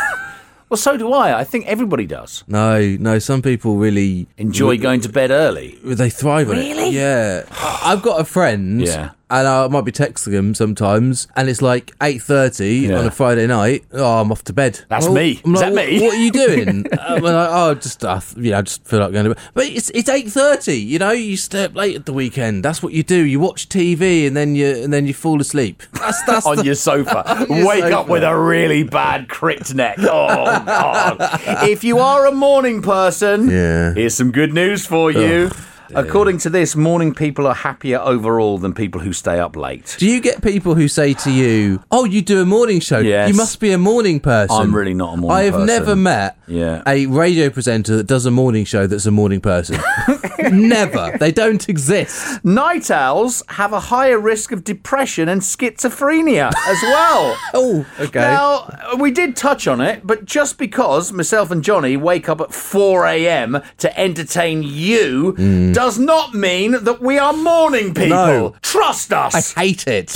Speaker 3: Well, so do I. I think everybody does.
Speaker 4: no, no, some people really
Speaker 3: Enjoy going to bed early.
Speaker 4: They thrive on it.
Speaker 3: Really?
Speaker 4: Yeah. I- I've got a friend.
Speaker 3: Yeah.
Speaker 4: And I might be texting him sometimes, and it's like eight thirty
Speaker 3: Yeah.
Speaker 4: on a Friday night. Oh, I'm off to bed.
Speaker 3: That's
Speaker 4: Well,
Speaker 3: me.
Speaker 4: I'm
Speaker 3: Is
Speaker 4: like,
Speaker 3: that me?
Speaker 4: "What- What are you doing? uh, well, I, oh, just uh, you know, I just feel like going to bed. But it's it's eight thirty. You know, you stay up late at the weekend. That's what you do. You watch TV and then you and then you fall asleep. That's that's
Speaker 3: on
Speaker 4: the-
Speaker 3: your sofa.
Speaker 4: your
Speaker 3: Wake up
Speaker 4: sofa.
Speaker 3: with a really bad cricked neck. Oh, God. if you are a morning person,
Speaker 4: Yeah. Oh,
Speaker 3: here's some good news for you. According to this, morning people are happier overall than people who stay up late.
Speaker 4: Do you get people who say to you, "Oh, you do a morning show?
Speaker 3: Yes.
Speaker 4: You must be a morning person."
Speaker 3: I'm really not a morning
Speaker 4: I have
Speaker 3: person.
Speaker 4: never met
Speaker 3: Yeah.
Speaker 4: a radio presenter that does a morning show that's a morning person. never. They don't exist.
Speaker 3: Night owls have a higher risk of depression and schizophrenia as well.
Speaker 4: Oh, okay.
Speaker 3: Now, we did touch on it, but just because myself and Johnny wake up at 4 a.m. to entertain you does not mean that we are morning people.
Speaker 4: Hmm. No.
Speaker 3: Trust
Speaker 4: I
Speaker 3: us.
Speaker 4: hate it.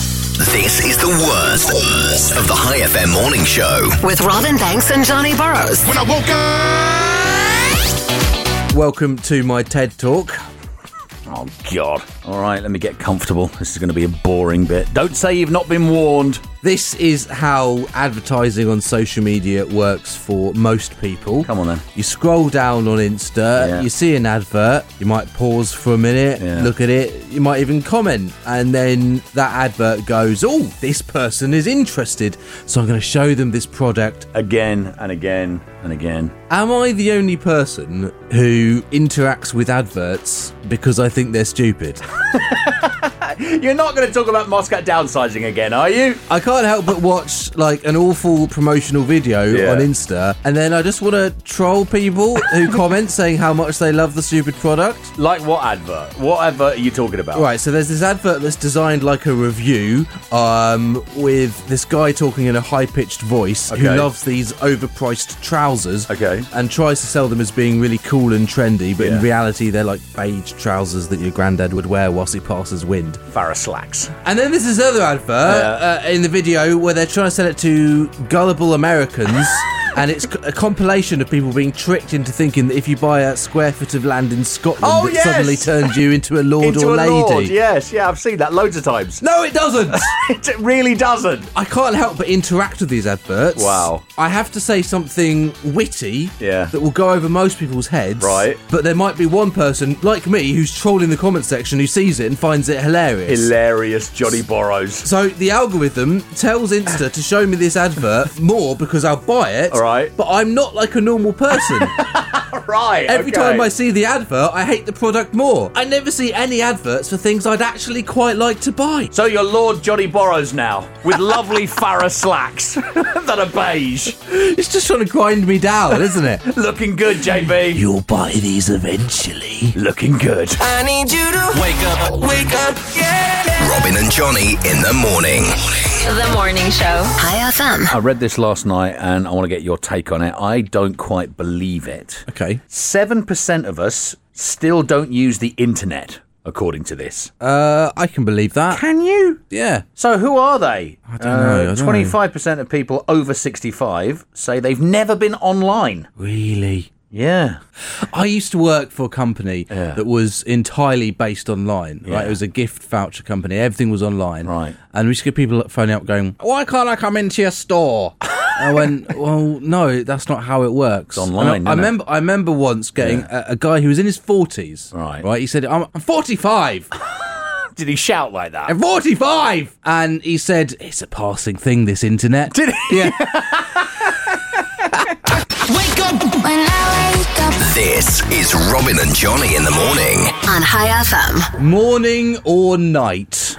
Speaker 6: This is the worst of the High FM morning show.
Speaker 1: With Robin Banks and Johnny Burrows.
Speaker 6: When I woke up.
Speaker 4: Welcome to my TED talk.
Speaker 3: Oh, God. All right, let me get comfortable. This is going to be a boring bit. Don't say you've not been warned.
Speaker 4: This is how advertising on social media works for most people.
Speaker 3: Come on, then.
Speaker 4: You scroll down on Insta,
Speaker 3: Yeah.
Speaker 4: you see an advert, you might pause for a minute,
Speaker 3: Yeah.
Speaker 4: look at it, you might even comment, and then that advert goes, Oh, this person is interested, so I'm going to show them this product.
Speaker 3: Again and again and again.
Speaker 4: Am I the only person who interacts with adverts because I think they're stupid?
Speaker 3: You're not going to talk about Moscat downsizing again, are you?
Speaker 4: I can't help but watch like an awful promotional video
Speaker 3: Yeah.
Speaker 4: on Insta, and then I just want to troll people who comment saying how much they love the stupid product.
Speaker 3: Like what advert? What advert are you talking about?
Speaker 4: Right, so there's this advert that's designed like a review, um, with this guy talking in a high pitched voice who
Speaker 3: Okay.
Speaker 4: loves these overpriced trousers.
Speaker 3: Okay.
Speaker 4: And tries to sell them as being really cool and trendy, but
Speaker 3: Yeah.
Speaker 4: in reality they're like beige trousers that your granddad would wear whilst he passes wind.
Speaker 3: Farrah slacks.
Speaker 4: And then there's this other advert uh, in the video where they're trying to sell it to gullible Americans. And it's c- a compilation of people being tricked into thinking that if you buy a square foot of land in Scotland,
Speaker 3: Oh,
Speaker 4: it
Speaker 3: yes!
Speaker 4: suddenly turns you into a lord
Speaker 3: Into
Speaker 4: or
Speaker 3: a
Speaker 4: lady.
Speaker 3: lord, yes, yeah, I've seen that loads of times.
Speaker 4: No, it doesn't.
Speaker 3: it really doesn't.
Speaker 4: I can't help but interact with these adverts.
Speaker 3: Wow.
Speaker 4: I have to say something witty
Speaker 3: Yeah.
Speaker 4: that will go over most people's heads.
Speaker 3: Right.
Speaker 4: But there might be one person, like me, who's trolling the comment section who sees it and finds it hilarious.
Speaker 3: Hilarious Johnny Borrows.
Speaker 4: So the algorithm tells Insta to show me this advert more because I'll buy it.
Speaker 3: All right.
Speaker 4: But I'm not like a normal person.
Speaker 3: Right.
Speaker 4: Every
Speaker 3: okay.
Speaker 4: time I see the advert, I hate the product more. I never see any adverts for things I'd actually quite like to buy.
Speaker 3: So you're Lord Johnny Borrows now, with lovely Farrah slacks that are beige.
Speaker 4: It's just trying to grind me down, isn't it?
Speaker 3: Looking good, JB.
Speaker 4: You'll buy these eventually.
Speaker 3: Looking good.
Speaker 6: I need you to wake up, wake up, yeah. Robin and Johnny in the morning.
Speaker 1: The Morning Show. High FM.
Speaker 3: I read this last night and I want to get your take on it. I don't quite believe it.
Speaker 4: Okay.
Speaker 3: 7% of us still don't use the internet, according to this.
Speaker 4: Uh, I can believe that.
Speaker 3: Can you?
Speaker 4: Yeah.
Speaker 3: So who are they? I
Speaker 4: don't know, I don't know.
Speaker 3: 25% of people over 65 say they've never been online.
Speaker 4: Really?
Speaker 3: Yeah.
Speaker 4: I used to work for a company
Speaker 3: Yeah.
Speaker 4: that was entirely based online.
Speaker 3: Yeah.
Speaker 4: Right, it was a gift voucher company. Everything was online.
Speaker 3: Right.
Speaker 4: and we used to get people phoning up going, "Why can't I come into your store?" I went, "Well, no, that's not how it works."
Speaker 3: online,
Speaker 4: And I,
Speaker 3: isn't
Speaker 4: I
Speaker 3: it?
Speaker 4: remember, I remember once getting a, a guy who was in his forties.
Speaker 3: Right.
Speaker 4: right. He said, "I'm, I'm 45.
Speaker 3: Did he shout like that?
Speaker 4: I'm 45," and he said, "It's a passing thing, this internet." Did he? Yeah.
Speaker 6: Wake up! This is Robin and Johnny in the morning.
Speaker 1: On High FM.
Speaker 4: Morning or night?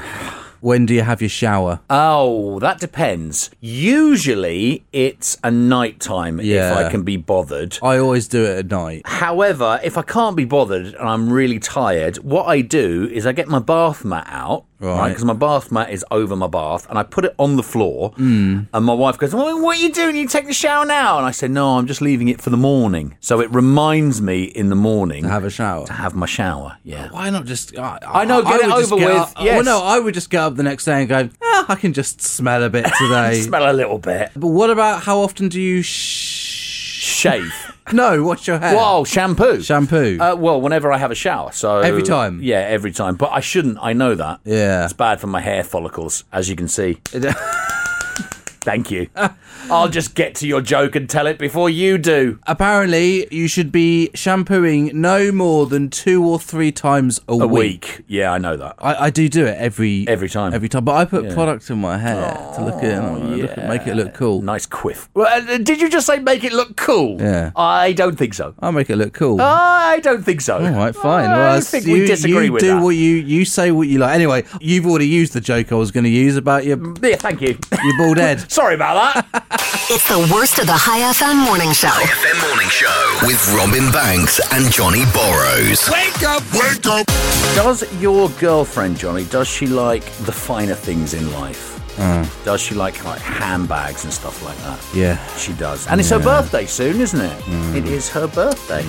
Speaker 4: When do you have your shower?
Speaker 3: Oh, that depends. Usually it's a night time
Speaker 4: Yeah.
Speaker 3: if I can be bothered.
Speaker 4: I always do it at night.
Speaker 3: However, if I can't be bothered and I'm really tired, what I do is I get my bath mat out, right?
Speaker 4: Right.
Speaker 3: Because my bath mat is over my bath, and I put it on the floor. Mm. And my wife goes, well, "What are you doing? You taking a shower now?" And I say, "No, I'm just leaving it for the morning." So it reminds me in the morning
Speaker 4: Have a Oh, shower.
Speaker 3: to have my shower. Yeah.
Speaker 4: Why not just? I,
Speaker 3: uh, I know, get it
Speaker 4: would just
Speaker 3: over
Speaker 4: get
Speaker 3: with,
Speaker 4: Up,
Speaker 3: yes.
Speaker 4: Well, no, I would just get up the next day and go. "Ah, I can just smell a bit today.
Speaker 3: Smell a little bit.
Speaker 4: but what about how often do you? Sh-
Speaker 3: Shave.
Speaker 4: no, wash your hair.
Speaker 3: Whoa, shampoo.
Speaker 4: Shampoo.
Speaker 3: Uh, well, whenever I have a shower, so
Speaker 4: Every time?
Speaker 3: Yeah, every time. But I shouldn't. I know that.
Speaker 4: Yeah.
Speaker 3: it's bad for my hair follicles, as you can see. Thank you. I'll just get to your joke and tell it before you do.
Speaker 4: Apparently, you should be shampooing no more than two or three times a,
Speaker 3: A week. Yeah, I know that.
Speaker 4: I, I do do it every
Speaker 3: Every time.
Speaker 4: Every time, but I put product in my hair to look at, it, and look at, make it look cool.
Speaker 3: Nice quiff. Well, uh, did you just say make it look cool?
Speaker 4: Yeah.
Speaker 3: I don't think so.
Speaker 4: I'll make it look cool.
Speaker 3: I don't think so.
Speaker 4: All right, fine.
Speaker 3: Oh, I
Speaker 4: Well, that's-
Speaker 3: think
Speaker 4: you,
Speaker 3: we disagree
Speaker 4: you
Speaker 3: with
Speaker 4: do
Speaker 3: that.
Speaker 4: what you you say what you like. Anyway, you've already used the joke I was going to use about your
Speaker 3: Yeah, thank you.
Speaker 4: your bald head.
Speaker 3: Sorry about that.
Speaker 1: It's the worst of the High FM morning show.
Speaker 6: FM morning show with Robin Banks and Johnny Borrows. Wake up! Wake up!
Speaker 3: Does your girlfriend, Johnny, does she like the finer things in life? Does she like like handbags and stuff like that?
Speaker 4: Mm. Yeah. Mm.
Speaker 3: She does. And it's her birthday soon, isn't it? It is her birthday.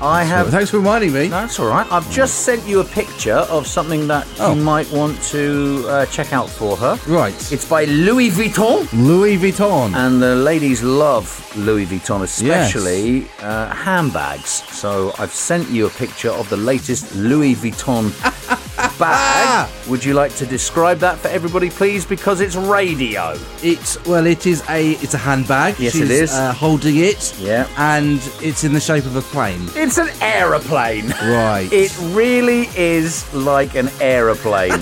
Speaker 3: I
Speaker 4: Well,
Speaker 3: have
Speaker 4: thanks for reminding me.
Speaker 3: That's all right. I've just sent you a picture of something that
Speaker 4: Mm. Oh.
Speaker 3: you might want to uh, check out for her.
Speaker 4: Right.
Speaker 3: It's by Louis Vuitton.
Speaker 4: Louis Vuitton.
Speaker 3: And the ladies love Louis Vuitton, especially uh, handbags. So I've sent you a picture of the latest Louis Vuitton bag. Would you like to describe that for everybody, please? Because it's radio.
Speaker 4: it's well, it is a it's a handbag.
Speaker 3: Yes,
Speaker 4: She's,
Speaker 3: it is.
Speaker 4: Uh, holding it.
Speaker 3: Yeah.
Speaker 4: And it's in the shape of a plane.
Speaker 3: It's an aeroplane.
Speaker 4: Right.
Speaker 3: It really is like an aeroplane.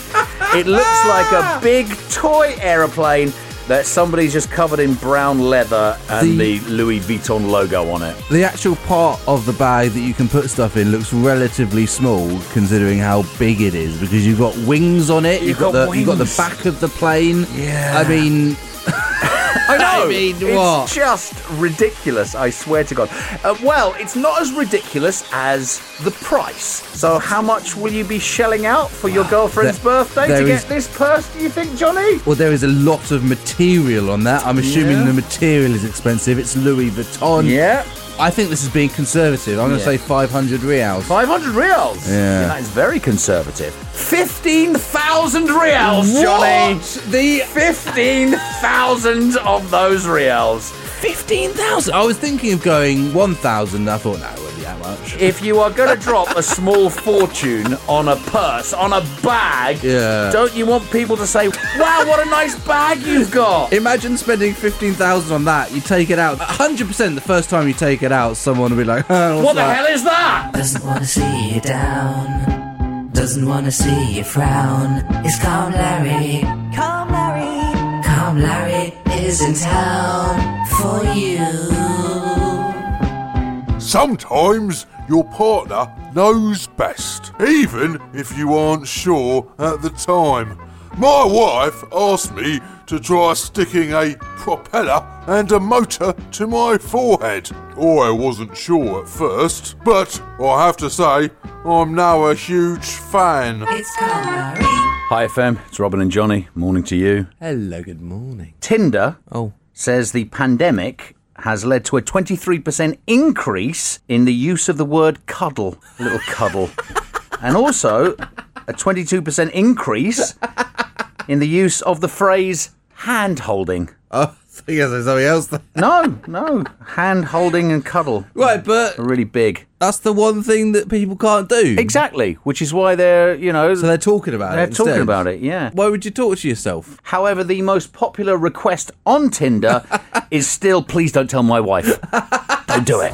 Speaker 3: it looks like a big toy aeroplane that somebody's just covered in brown leather and the, Louis Vuitton logo on it.
Speaker 4: The actual part of the bag that you can put stuff in looks relatively small considering how big it is because you've got wings on it,
Speaker 3: You've
Speaker 4: you've, got,
Speaker 3: got
Speaker 4: the you've got the
Speaker 3: wings.
Speaker 4: back of the plane.
Speaker 3: Yeah.
Speaker 4: I mean
Speaker 3: I know.
Speaker 4: I mean,
Speaker 3: it's
Speaker 4: what?
Speaker 3: just ridiculous. I swear to God. Uh, well, it's not as ridiculous as the price. So, how much will you be shelling out for your girlfriend's
Speaker 4: There-
Speaker 3: birthday
Speaker 4: there
Speaker 3: to
Speaker 4: is-
Speaker 3: get this purse? Do you think, Johnny?
Speaker 4: well there is a lot of material on that. I'm assuming
Speaker 3: Yeah.
Speaker 4: the material is expensive. It's Louis Vuitton.
Speaker 3: Yeah.
Speaker 4: I think this is being conservative. I'm gonna
Speaker 3: Yeah.
Speaker 4: say five hundred reals.
Speaker 3: Five hundred reals.
Speaker 4: Yeah.
Speaker 3: that is very conservative. Fifteen thousand reals,
Speaker 4: What?
Speaker 3: Johnny.
Speaker 4: The
Speaker 3: fifteen thousand of those reals.
Speaker 4: Fifteen thousand. I was thinking of going one thousand. I thought, no, it won't be that much.
Speaker 3: If you are going to drop a small fortune on a purse, on a bag,
Speaker 4: Yeah.
Speaker 3: don't you want people to say, wow, what a nice bag you've got?
Speaker 4: Imagine spending fifteen thousand on that. You take it out. hundred percent. The first time you take it out, someone will be like, "Huh, what's
Speaker 3: What the
Speaker 4: that?"
Speaker 3: hell is that?
Speaker 8: Doesn't wanna see you down. Doesn't wanna see you frown. It's Calm Larry. Calm Larry. Calm Larry is in town for you.
Speaker 9: Sometimes your partner knows best, even if you aren't sure at the time. My wife asked me to try sticking a propeller and a motor to my forehead. Oh, I wasn't sure at first, but I have to say, I'm now a huge fan.
Speaker 3: Hi, FM. It's Robin and Johnny. Morning to you.
Speaker 4: Hello. Good morning.
Speaker 3: Tinder
Speaker 4: oh.
Speaker 3: says the pandemic has led to a 23% increase in the use of the word cuddle, a little cuddle, and also a 22% increase in the use of the phrase hand holding.
Speaker 4: Oh, I guess there's something else.
Speaker 3: No, no. Hand holding and cuddle.
Speaker 4: Right, but
Speaker 3: are really big.
Speaker 4: That's the one thing that people can't do.
Speaker 3: Exactly, which is why they're, you know.
Speaker 4: So they're talking about
Speaker 3: They're
Speaker 4: it. instead.
Speaker 3: talking about it, yeah.
Speaker 4: Why would you talk to yourself?
Speaker 3: However, the most popular request on Tinder is still please don't tell my wife. don't do it.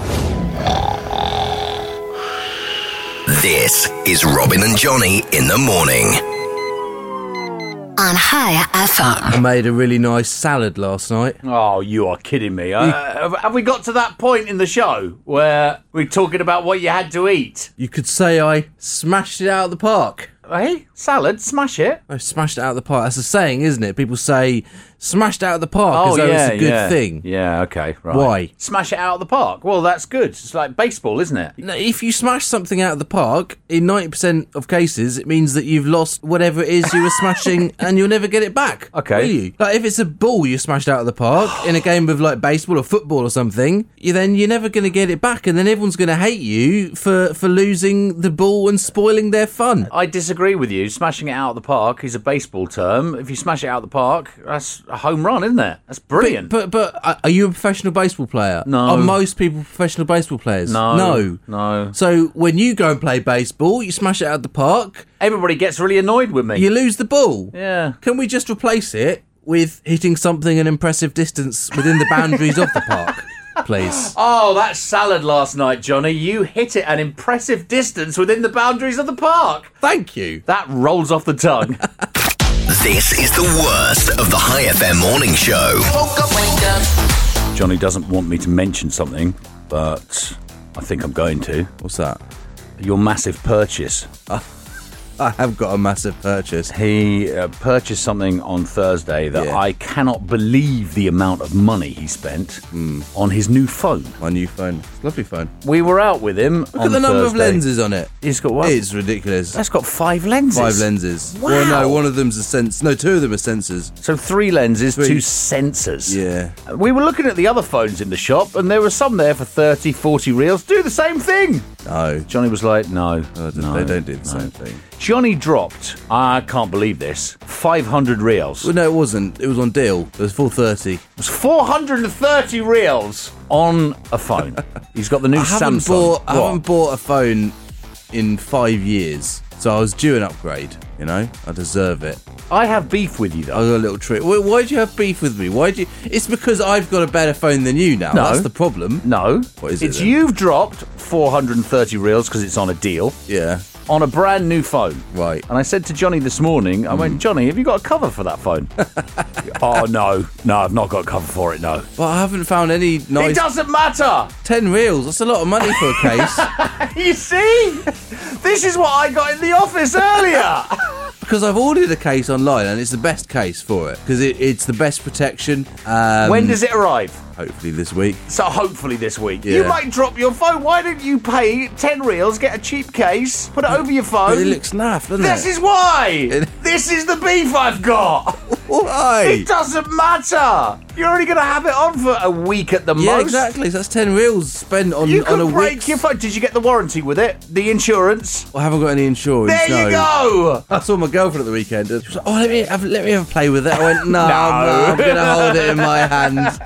Speaker 6: This is Robin and Johnny in the morning.
Speaker 1: on High FM.
Speaker 4: I made a really nice salad last night.
Speaker 3: Oh, you are kidding me. Uh, have- have we got to that point in the show where we're talking about what you had to eat?
Speaker 4: You could say I smashed it out of the park.
Speaker 3: Hey, salad, smash it.
Speaker 4: I smashed it out of the park. That's a saying, isn't it? People say smashed out of the park as though it's a good thing.
Speaker 3: Oh, Yeah, okay, right.
Speaker 4: Why?
Speaker 3: Smash it out of the park. Well, that's good. It's like baseball, isn't it?
Speaker 4: No, if you smash something out of the park, in 90% of cases, it means that you've lost whatever it is you were smashing and you'll never get it back.
Speaker 3: Okay.
Speaker 4: Will you? Like, if it's a ball you smashed out of the park in a game of like baseball or football or something, you, then you're never going to get it back and then everyone's going to hate you for, for losing the ball and spoiling their fun.
Speaker 3: I disagree with you. Smashing it out of the park is a baseball term. If you smash it out of the park, that's a home run, isn't it? That's brilliant.
Speaker 4: But, but uh, are you a professional baseball player?
Speaker 3: No.
Speaker 4: Are most people professional baseball players?
Speaker 3: no,
Speaker 4: No.
Speaker 3: no.
Speaker 4: So when you go and play baseball, you smash it out of the park,
Speaker 3: Everybody gets really annoyed with me.
Speaker 4: you lose the ball.
Speaker 3: yeah.
Speaker 4: Can we just replace it with hitting something an impressive distance within the boundaries of the park, please?
Speaker 3: Oh, that salad last night, Johnny. You hit it an impressive distance within the boundaries of the park.
Speaker 4: Thank you.
Speaker 3: That rolls off the tongue.
Speaker 6: This is the worst of the High FM morning show.
Speaker 3: Johnny doesn't want me to mention something, but I think I'm going to.
Speaker 4: What's that?
Speaker 3: Your massive purchase.
Speaker 4: I have got a massive purchase.
Speaker 3: He uh, purchased something on Thursday that
Speaker 4: Yeah.
Speaker 3: I cannot believe the amount of money he spent on his new phone.
Speaker 4: My new phone. It's a lovely phone.
Speaker 3: We were out with him.
Speaker 4: Look at the number of lenses on it.
Speaker 3: He's got one.
Speaker 4: It's ridiculous.
Speaker 3: That's got five lenses.
Speaker 4: Five lenses.
Speaker 3: Wow.
Speaker 4: Well, no, one of them's a sense. No, two of them are sensors.
Speaker 3: So three lenses,
Speaker 4: Three.
Speaker 3: two sensors.
Speaker 4: Yeah.
Speaker 3: We were looking at the other phones in the shop, and there were some there for 30, 40 reels. Do the same thing.
Speaker 4: No.
Speaker 3: Johnny was like, no,
Speaker 4: no,
Speaker 3: no
Speaker 4: they don't do the
Speaker 3: no."
Speaker 4: same thing.
Speaker 3: Johnny dropped, I can't believe this, 500 reels.
Speaker 4: Well,
Speaker 3: It
Speaker 4: no, it wasn't. It was on deal. It was four thirty.
Speaker 3: was 430 reels on a phone. He's got the new
Speaker 4: I haven't
Speaker 3: Samsung.
Speaker 4: bought. I
Speaker 3: What?
Speaker 4: haven't bought a phone in five years, so I was due an upgrade. You know, I deserve it.
Speaker 3: I have beef with you,
Speaker 4: I
Speaker 3: though.
Speaker 4: got a little trick. Why, why do you have beef with me? Why do you? It's because I've got a better phone than you now.
Speaker 3: No.
Speaker 4: That's the problem.
Speaker 3: No.
Speaker 4: What is it
Speaker 3: It's
Speaker 4: then?
Speaker 3: you've dropped 430 reels because it's on a deal.
Speaker 4: Yeah.
Speaker 3: on a brand new phone. Right. And I said to Johnny this morning, I
Speaker 4: Mm.
Speaker 3: went, Johnny, have you got a cover for that phone? oh, no. No, I've not got a cover for it, no.
Speaker 4: But I haven't found any nice.
Speaker 3: doesn't matter.
Speaker 4: Ten reels. That's a lot of money for a case.
Speaker 3: you see? This is what I got in the office earlier.
Speaker 4: because I've ordered a case online and it's the best case for it because it, it's the best protection. Um,
Speaker 3: when does it arrive?
Speaker 4: Hopefully this week.
Speaker 3: So hopefully this week.
Speaker 4: Yeah.
Speaker 3: You might drop your phone. Why don't you pay 10 reals, get a cheap case, put it over your phone?
Speaker 4: But it looks naff, doesn't
Speaker 3: This
Speaker 4: it?
Speaker 3: is why. this is the beef I've got.
Speaker 4: Why?
Speaker 3: It doesn't matter. You're only going to have it on for a week at the
Speaker 4: yeah,
Speaker 3: most.
Speaker 4: exactly. So that's ten reels spent on
Speaker 3: You
Speaker 4: on
Speaker 3: could
Speaker 4: a
Speaker 3: break
Speaker 4: week.
Speaker 3: your phone. Did you get the warranty with it? The insurance?
Speaker 4: I haven't got any insurance.
Speaker 3: There you
Speaker 4: no. I saw my girlfriend at the weekend. and She was like, "Oh, let me have, let me have a play with it." I went, "No,
Speaker 3: No.
Speaker 4: no. I'm gonna hold it in my hand."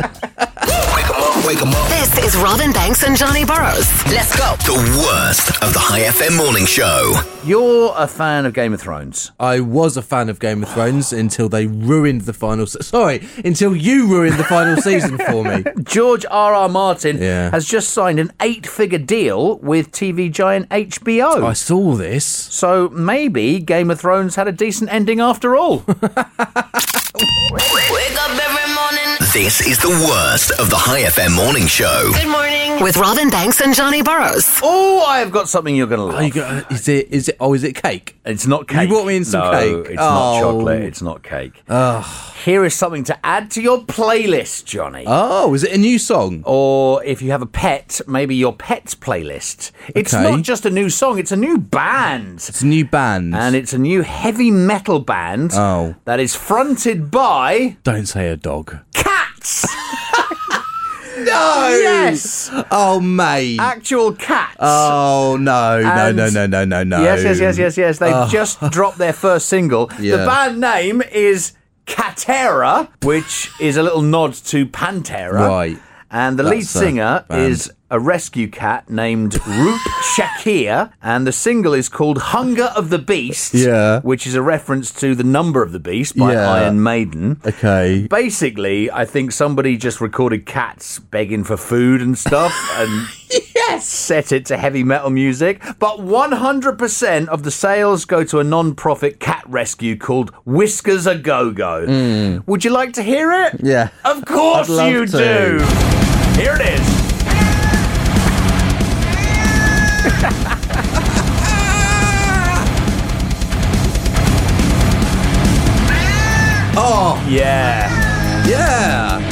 Speaker 1: This is Robin Banks and Johnny Burrows. Let's go.
Speaker 6: The worst of the High FM morning show.
Speaker 3: You're a fan of Game of Thrones.
Speaker 4: I was a fan of Game of Thrones until they ruined the final. Se- Sorry, until you ruined the final season for me.
Speaker 3: George R. R. Martin
Speaker 4: Yeah.
Speaker 3: has just signed an eight-figure deal with TV giant HBO.
Speaker 4: I saw this.
Speaker 3: So maybe Game of Thrones had a decent ending after all.
Speaker 8: Wake up every morning.
Speaker 6: This is the worst of the High FM morning show.
Speaker 8: Good morning.
Speaker 1: With Robin Banks and Johnny Burrows.
Speaker 3: oh, I have got something you're going to
Speaker 4: Oh,
Speaker 3: love.
Speaker 4: you got, is it? Is it? Oh, is it cake?
Speaker 3: It's not cake.
Speaker 4: You brought me in some
Speaker 3: No,
Speaker 4: cake.
Speaker 3: It's not
Speaker 4: Oh.
Speaker 3: chocolate. It's not cake. Here is something to add to your playlist, Johnny.
Speaker 4: Oh, is it a new song?
Speaker 3: or if you have a pet, maybe your pet's playlist. It's
Speaker 4: Okay.
Speaker 3: not just a new song, it's a new band.
Speaker 4: It's a new band.
Speaker 3: And it's a new heavy metal band
Speaker 4: Oh.
Speaker 3: that is fronted by
Speaker 4: Don't say a dog.
Speaker 3: cats.
Speaker 4: No.
Speaker 3: yes,
Speaker 4: Oh, mate.
Speaker 3: actual cats.
Speaker 4: Oh no! No!
Speaker 3: And-
Speaker 4: No! No! No! No! No!
Speaker 3: Yes, yes, yes, yes, yes. They've
Speaker 4: Oh.
Speaker 3: just dropped their first single. The
Speaker 4: Yeah.
Speaker 3: band name is Catera, which is a little nod to Pantera.
Speaker 4: Right.
Speaker 3: And the lead
Speaker 4: That's a
Speaker 3: singer
Speaker 4: band.
Speaker 3: is a rescue cat named Roop Shakir, and the single is called Hunger of the Beast,
Speaker 4: Yeah.
Speaker 3: which is a reference to The Number of the Beast by
Speaker 4: Yeah.
Speaker 3: Iron Maiden.
Speaker 4: Okay.
Speaker 3: Basically, I think somebody just recorded cats begging for food and stuff and set it to heavy metal music. But 100% of the sales go to a non profit cat rescue called Whiskers a Go Go. Would you like to hear it?
Speaker 4: Yeah.
Speaker 3: Of course
Speaker 4: I'd love
Speaker 3: you
Speaker 4: to.
Speaker 3: do. Here it is.
Speaker 4: Oh
Speaker 3: Yeah.
Speaker 4: yeah.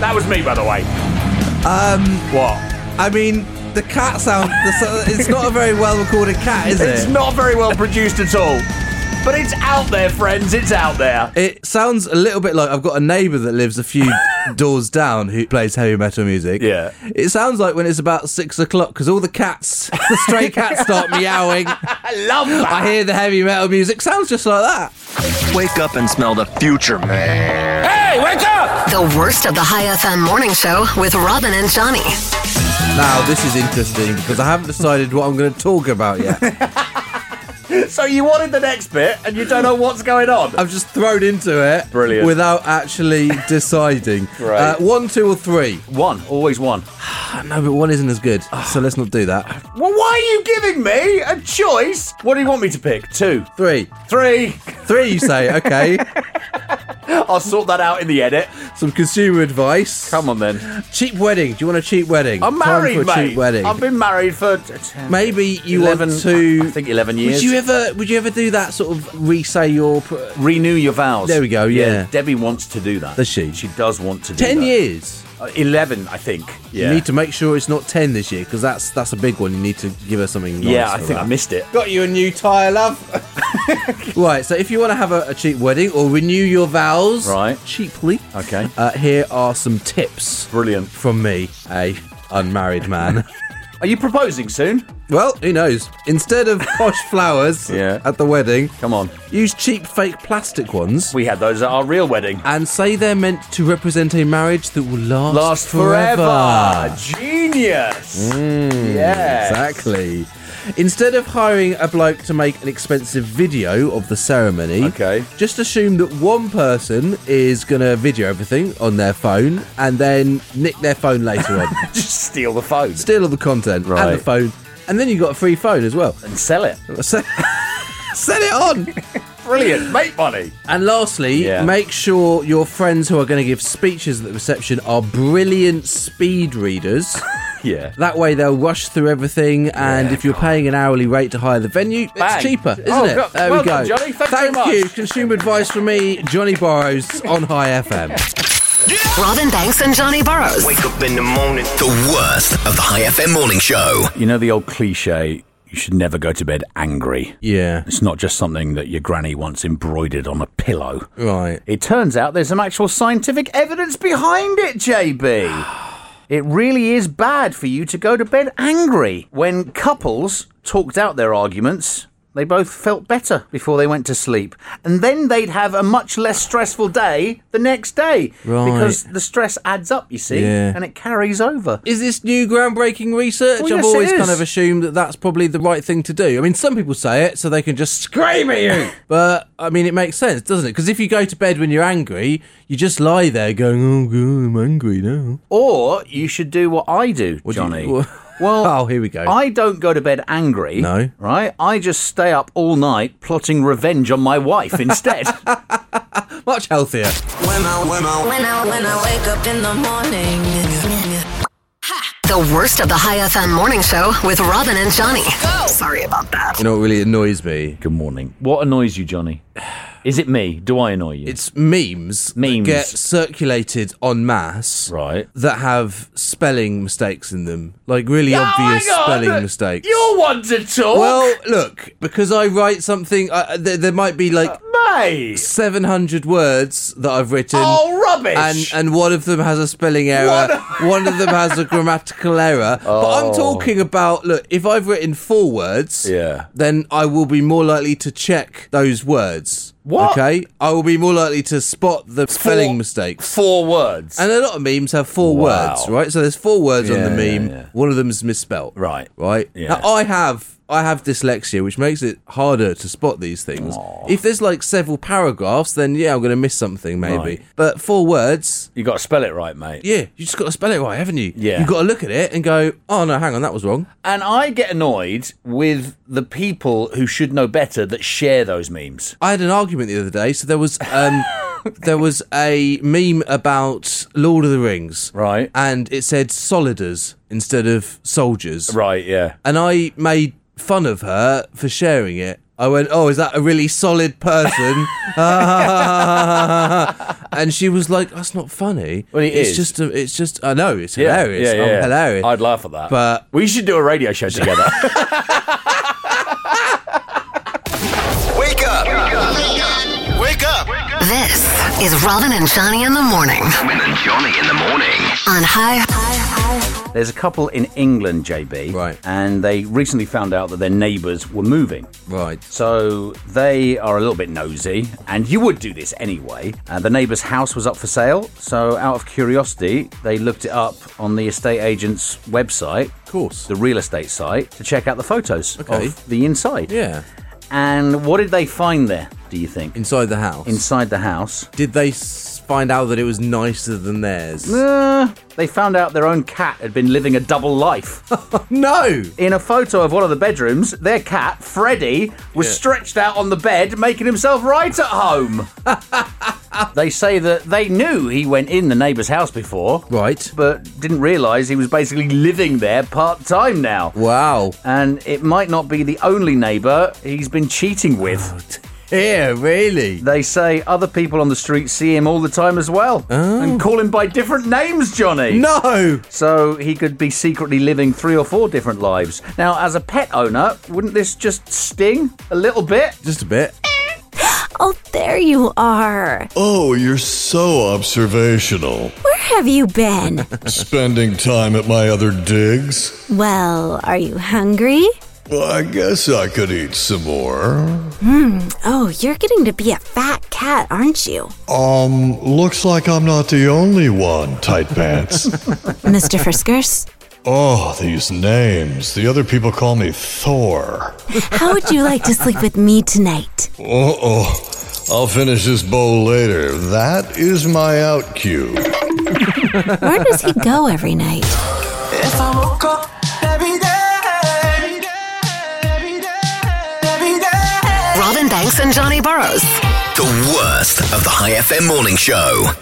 Speaker 3: That was me, by the way. Um. What?
Speaker 4: I mean, the cat sound. The, so- it's not a very well recorded cat, is
Speaker 3: It's
Speaker 4: it?
Speaker 3: not very well produced at all. But it's out there, friends. It's out there.
Speaker 4: It sounds a little bit like I've got a neighbour that lives a few doors down who plays heavy metal music.
Speaker 3: Yeah.
Speaker 4: It sounds like when it's about six o'clock because all the cats, the stray cats, start meowing.
Speaker 3: I love that.
Speaker 4: I hear the heavy metal music. Sounds just like that.
Speaker 12: Wake up and smell the future, man.
Speaker 1: The worst of the High FM morning show with Robin and Johnny.
Speaker 4: Now this is interesting because I haven't decided what I'm going to talk about yet.
Speaker 3: So you wanted the next bit, and you don't know what's going on.
Speaker 4: I've just thrown into it,
Speaker 3: Brilliant.
Speaker 4: without actually deciding.
Speaker 3: Great.
Speaker 4: Uh, one, two, or three.
Speaker 3: One, always one.
Speaker 4: Ah, No, but one isn't as good, so let's not do that.
Speaker 3: Well, why are you giving me a choice? What do you want me to pick? Two,
Speaker 4: Three,
Speaker 3: three.
Speaker 4: three. You say okay?
Speaker 3: I'll sort that out in the edit.
Speaker 4: Some consumer advice.
Speaker 3: Come on then.
Speaker 4: Cheap wedding. Do you want a cheap wedding?
Speaker 3: I'm married,
Speaker 4: Time for a
Speaker 3: mate.
Speaker 4: cheap wedding.
Speaker 3: I've been married for t- t-
Speaker 4: Maybe you
Speaker 3: 11,
Speaker 4: want to.
Speaker 3: I think eleven years.
Speaker 4: would you ever? Would you ever do that sort of re-say your? Pr-
Speaker 3: renew your vows?
Speaker 4: There we go, yeah.
Speaker 3: Debbie wants to do that.
Speaker 4: Does she?
Speaker 3: She does want to do
Speaker 4: ten
Speaker 3: that.
Speaker 4: years.
Speaker 3: Uh, Eleven, I think. Yeah.
Speaker 4: You need to make sure it's not ten this year because that's that's a big one. You need to give her something. Nice
Speaker 3: yeah, I
Speaker 4: for
Speaker 3: think
Speaker 4: that.
Speaker 3: I missed it.
Speaker 4: Got you a new tyre, love. right, so if you want to have a, a cheap wedding or renew your vows
Speaker 3: Right.
Speaker 4: cheaply,
Speaker 3: Okay.
Speaker 4: uh, here are some tips
Speaker 3: Brilliant.
Speaker 4: from me, a unmarried man.
Speaker 3: Are you proposing soon?
Speaker 4: well, who knows? Instead of posh flowers
Speaker 3: Yeah.
Speaker 4: at the wedding,
Speaker 3: Come on.
Speaker 4: use cheap fake plastic ones
Speaker 3: We had those at our real wedding.
Speaker 4: and say they're meant to represent a marriage that will last,
Speaker 3: Last forever. Genius.
Speaker 4: Mm,
Speaker 3: yeah.
Speaker 4: Exactly. Instead of hiring a bloke to make an expensive video of the ceremony,
Speaker 3: Okay.
Speaker 4: just assume that one person is gonna video everything on their phone and then nick their phone later on,
Speaker 3: Just steal the phone.
Speaker 4: steal all the content
Speaker 3: Right.
Speaker 4: and the phone, And then you got a free phone as well.
Speaker 3: And sell it.
Speaker 4: Sell, it on.
Speaker 3: Brilliant. Make money.
Speaker 4: And lastly,
Speaker 3: Yeah.
Speaker 4: make sure your friends who are going to give speeches at the reception are brilliant speed readers.
Speaker 3: Yeah.
Speaker 4: That way they'll rush through everything, and if you're paying an hourly rate to hire the venue,
Speaker 3: Bang.
Speaker 4: it's cheaper, isn't
Speaker 3: Oh,
Speaker 4: it?
Speaker 3: God.
Speaker 4: There
Speaker 3: Well
Speaker 4: we go.
Speaker 3: done, Johnny. Thanks very
Speaker 4: Thank
Speaker 3: much.
Speaker 4: you. Consumer advice from me, Johnny Borrows on High FM.
Speaker 1: Robin Banks and Johnny Burrows.
Speaker 6: Wake up in the morning. The worst of the High FM morning show.
Speaker 3: You know the old cliche, you should never go to bed angry.
Speaker 4: Yeah.
Speaker 3: It's not just something that your granny once embroidered on a pillow.
Speaker 4: Right.
Speaker 3: It turns out there's some actual scientific evidence behind it, JB. It really is bad for you to go to bed angry. When couples talked out their arguments, they both felt better before they went to sleep. And then they'd have a much less stressful day the next day.
Speaker 4: Right.
Speaker 3: Because the stress adds up, you see,
Speaker 4: Yeah.
Speaker 3: and it carries over.
Speaker 4: Is this new groundbreaking research?
Speaker 3: Well, yes,
Speaker 4: I've
Speaker 3: it
Speaker 4: always
Speaker 3: is.
Speaker 4: kind of assumed that that's probably the right thing to do. I mean, some people say it so they can just scream at you, but I mean, it makes sense, doesn't it? Because if you go to bed when you're angry, you just lie there going, "Oh God, I'm angry now."
Speaker 3: Or you should do what I do, Johnny. well,
Speaker 4: oh, here we go.
Speaker 3: I don't go to bed angry.
Speaker 4: No.
Speaker 3: Right? I just stay up all night plotting revenge on my wife instead.
Speaker 4: Much healthier.
Speaker 13: When I, when I, when I, when I wake up in the morning.
Speaker 1: The worst of the High FM morning show with Robin and Johnny. Sorry about that.
Speaker 4: You know what really annoys me?
Speaker 3: Good morning. What annoys you, Johnny? Is it me? Do I annoy you?
Speaker 4: It's memes,
Speaker 3: Memes.
Speaker 4: that get circulated en masse,
Speaker 3: right?
Speaker 4: That have spelling mistakes in them, like really
Speaker 3: Oh
Speaker 4: obvious spelling mistakes.
Speaker 3: You're one to talk.
Speaker 4: Well, look, because I write something, uh, there, there might be like
Speaker 3: mate,
Speaker 4: seven hundred words that I've written.
Speaker 3: Oh, rubbish.
Speaker 4: And and one of them has a spelling error. one of them has a grammatical error. But I'm
Speaker 3: Oh.
Speaker 4: talking about look, if I've written four words,
Speaker 3: Yeah.
Speaker 4: then I will be more likely to check those words.
Speaker 3: What?
Speaker 4: Okay, I will be more likely to spot the spelling mistakes.
Speaker 3: four words.
Speaker 4: And a lot of memes have four
Speaker 3: Wow.
Speaker 4: words, right? So there's four words on the
Speaker 3: Yeah, yeah,
Speaker 4: meme.
Speaker 3: yeah.
Speaker 4: One of them's misspelled.
Speaker 3: Right.
Speaker 4: Right.
Speaker 3: Yeah.
Speaker 4: Now I have I have dyslexia, which makes it harder to spot these things. If there's like several paragraphs, then yeah, I'm going to miss something maybe.
Speaker 3: Right.
Speaker 4: But four words.
Speaker 3: You got to spell it right, mate.
Speaker 4: Yeah, you just got to spell it right, haven't you?
Speaker 3: Yeah.
Speaker 4: You've got to look at it and go, oh no, hang on, that was wrong.
Speaker 3: And I get annoyed with the people who should know better that share those memes.
Speaker 4: I had an argument the other day. So there was um, there was a meme about Lord of the Rings,
Speaker 3: right?
Speaker 4: And it said soliders instead of soldiers,
Speaker 3: right? Yeah.
Speaker 4: And I made fun of her for sharing it. I went, "Oh, is that a really solid person?" and she was like, "That's not funny.
Speaker 3: Well, it
Speaker 4: it's
Speaker 3: is.
Speaker 4: just, a, it's just. I know it's hilarious.
Speaker 3: Yeah, yeah,
Speaker 4: I'm
Speaker 3: yeah.
Speaker 4: hilarious.
Speaker 3: I'd laugh at that.
Speaker 4: But
Speaker 3: we should do a radio show together.
Speaker 6: Wake up. Wake up.
Speaker 1: This is Robin and Johnny in the morning
Speaker 6: Robin and Johnny in the morning.
Speaker 1: on High.
Speaker 3: There's a couple in England, JB, right? And they recently found out that their neighbours were moving,
Speaker 4: right?
Speaker 3: So they are a little bit nosy, and you would do this anyway. Uh, the neighbour's house was up for sale, so out of curiosity, they looked it up on the estate agent's website, of
Speaker 4: course,
Speaker 3: the real estate site, to check out the photos
Speaker 4: Okay.
Speaker 3: of the inside.
Speaker 4: Yeah.
Speaker 3: And what did they find there? Do you think
Speaker 4: inside the house?
Speaker 3: Inside the house,
Speaker 4: did they s- find out that it was nicer than theirs?
Speaker 3: Uh, they found out their own cat had been living a double life.
Speaker 4: no!
Speaker 3: In a photo of one of the bedrooms, their cat, Freddy, was
Speaker 4: Yeah.
Speaker 3: stretched out on the bed making himself right at home. they say that they knew he went in the neighbour's house before.
Speaker 4: Right.
Speaker 3: But didn't realise he was basically living there part time now.
Speaker 4: Wow.
Speaker 3: And it might not be the only neighbour he's been cheating with.
Speaker 4: Yeah, really?
Speaker 3: They say other people on the street see him all the time as well and call him by different names, Johnny.
Speaker 4: Oh. No!
Speaker 3: So he could be secretly living three or four different lives. Now, as a pet owner, wouldn't this just sting a little bit?
Speaker 4: Just a bit.
Speaker 14: Oh, there you are.
Speaker 15: Oh, you're so observational.
Speaker 14: Where have you been?
Speaker 15: Spending time at my other digs?
Speaker 14: well, are you hungry?
Speaker 15: Well, I guess I could eat some more.
Speaker 14: Hmm. Oh, you're getting to be a fat cat, aren't you?
Speaker 15: Um, looks like I'm not the only one, tight pants.
Speaker 14: Mr. Friskers?
Speaker 15: Oh, these names. The other people call me Thor.
Speaker 14: How would you like to sleep with me tonight?
Speaker 15: Uh oh. I'll finish this bowl later. That is my out cue.
Speaker 14: Where does he go every night?
Speaker 13: If I woke up every day,
Speaker 16: Wilson, Johnny Burrows.
Speaker 1: The worst of the High FM morning show.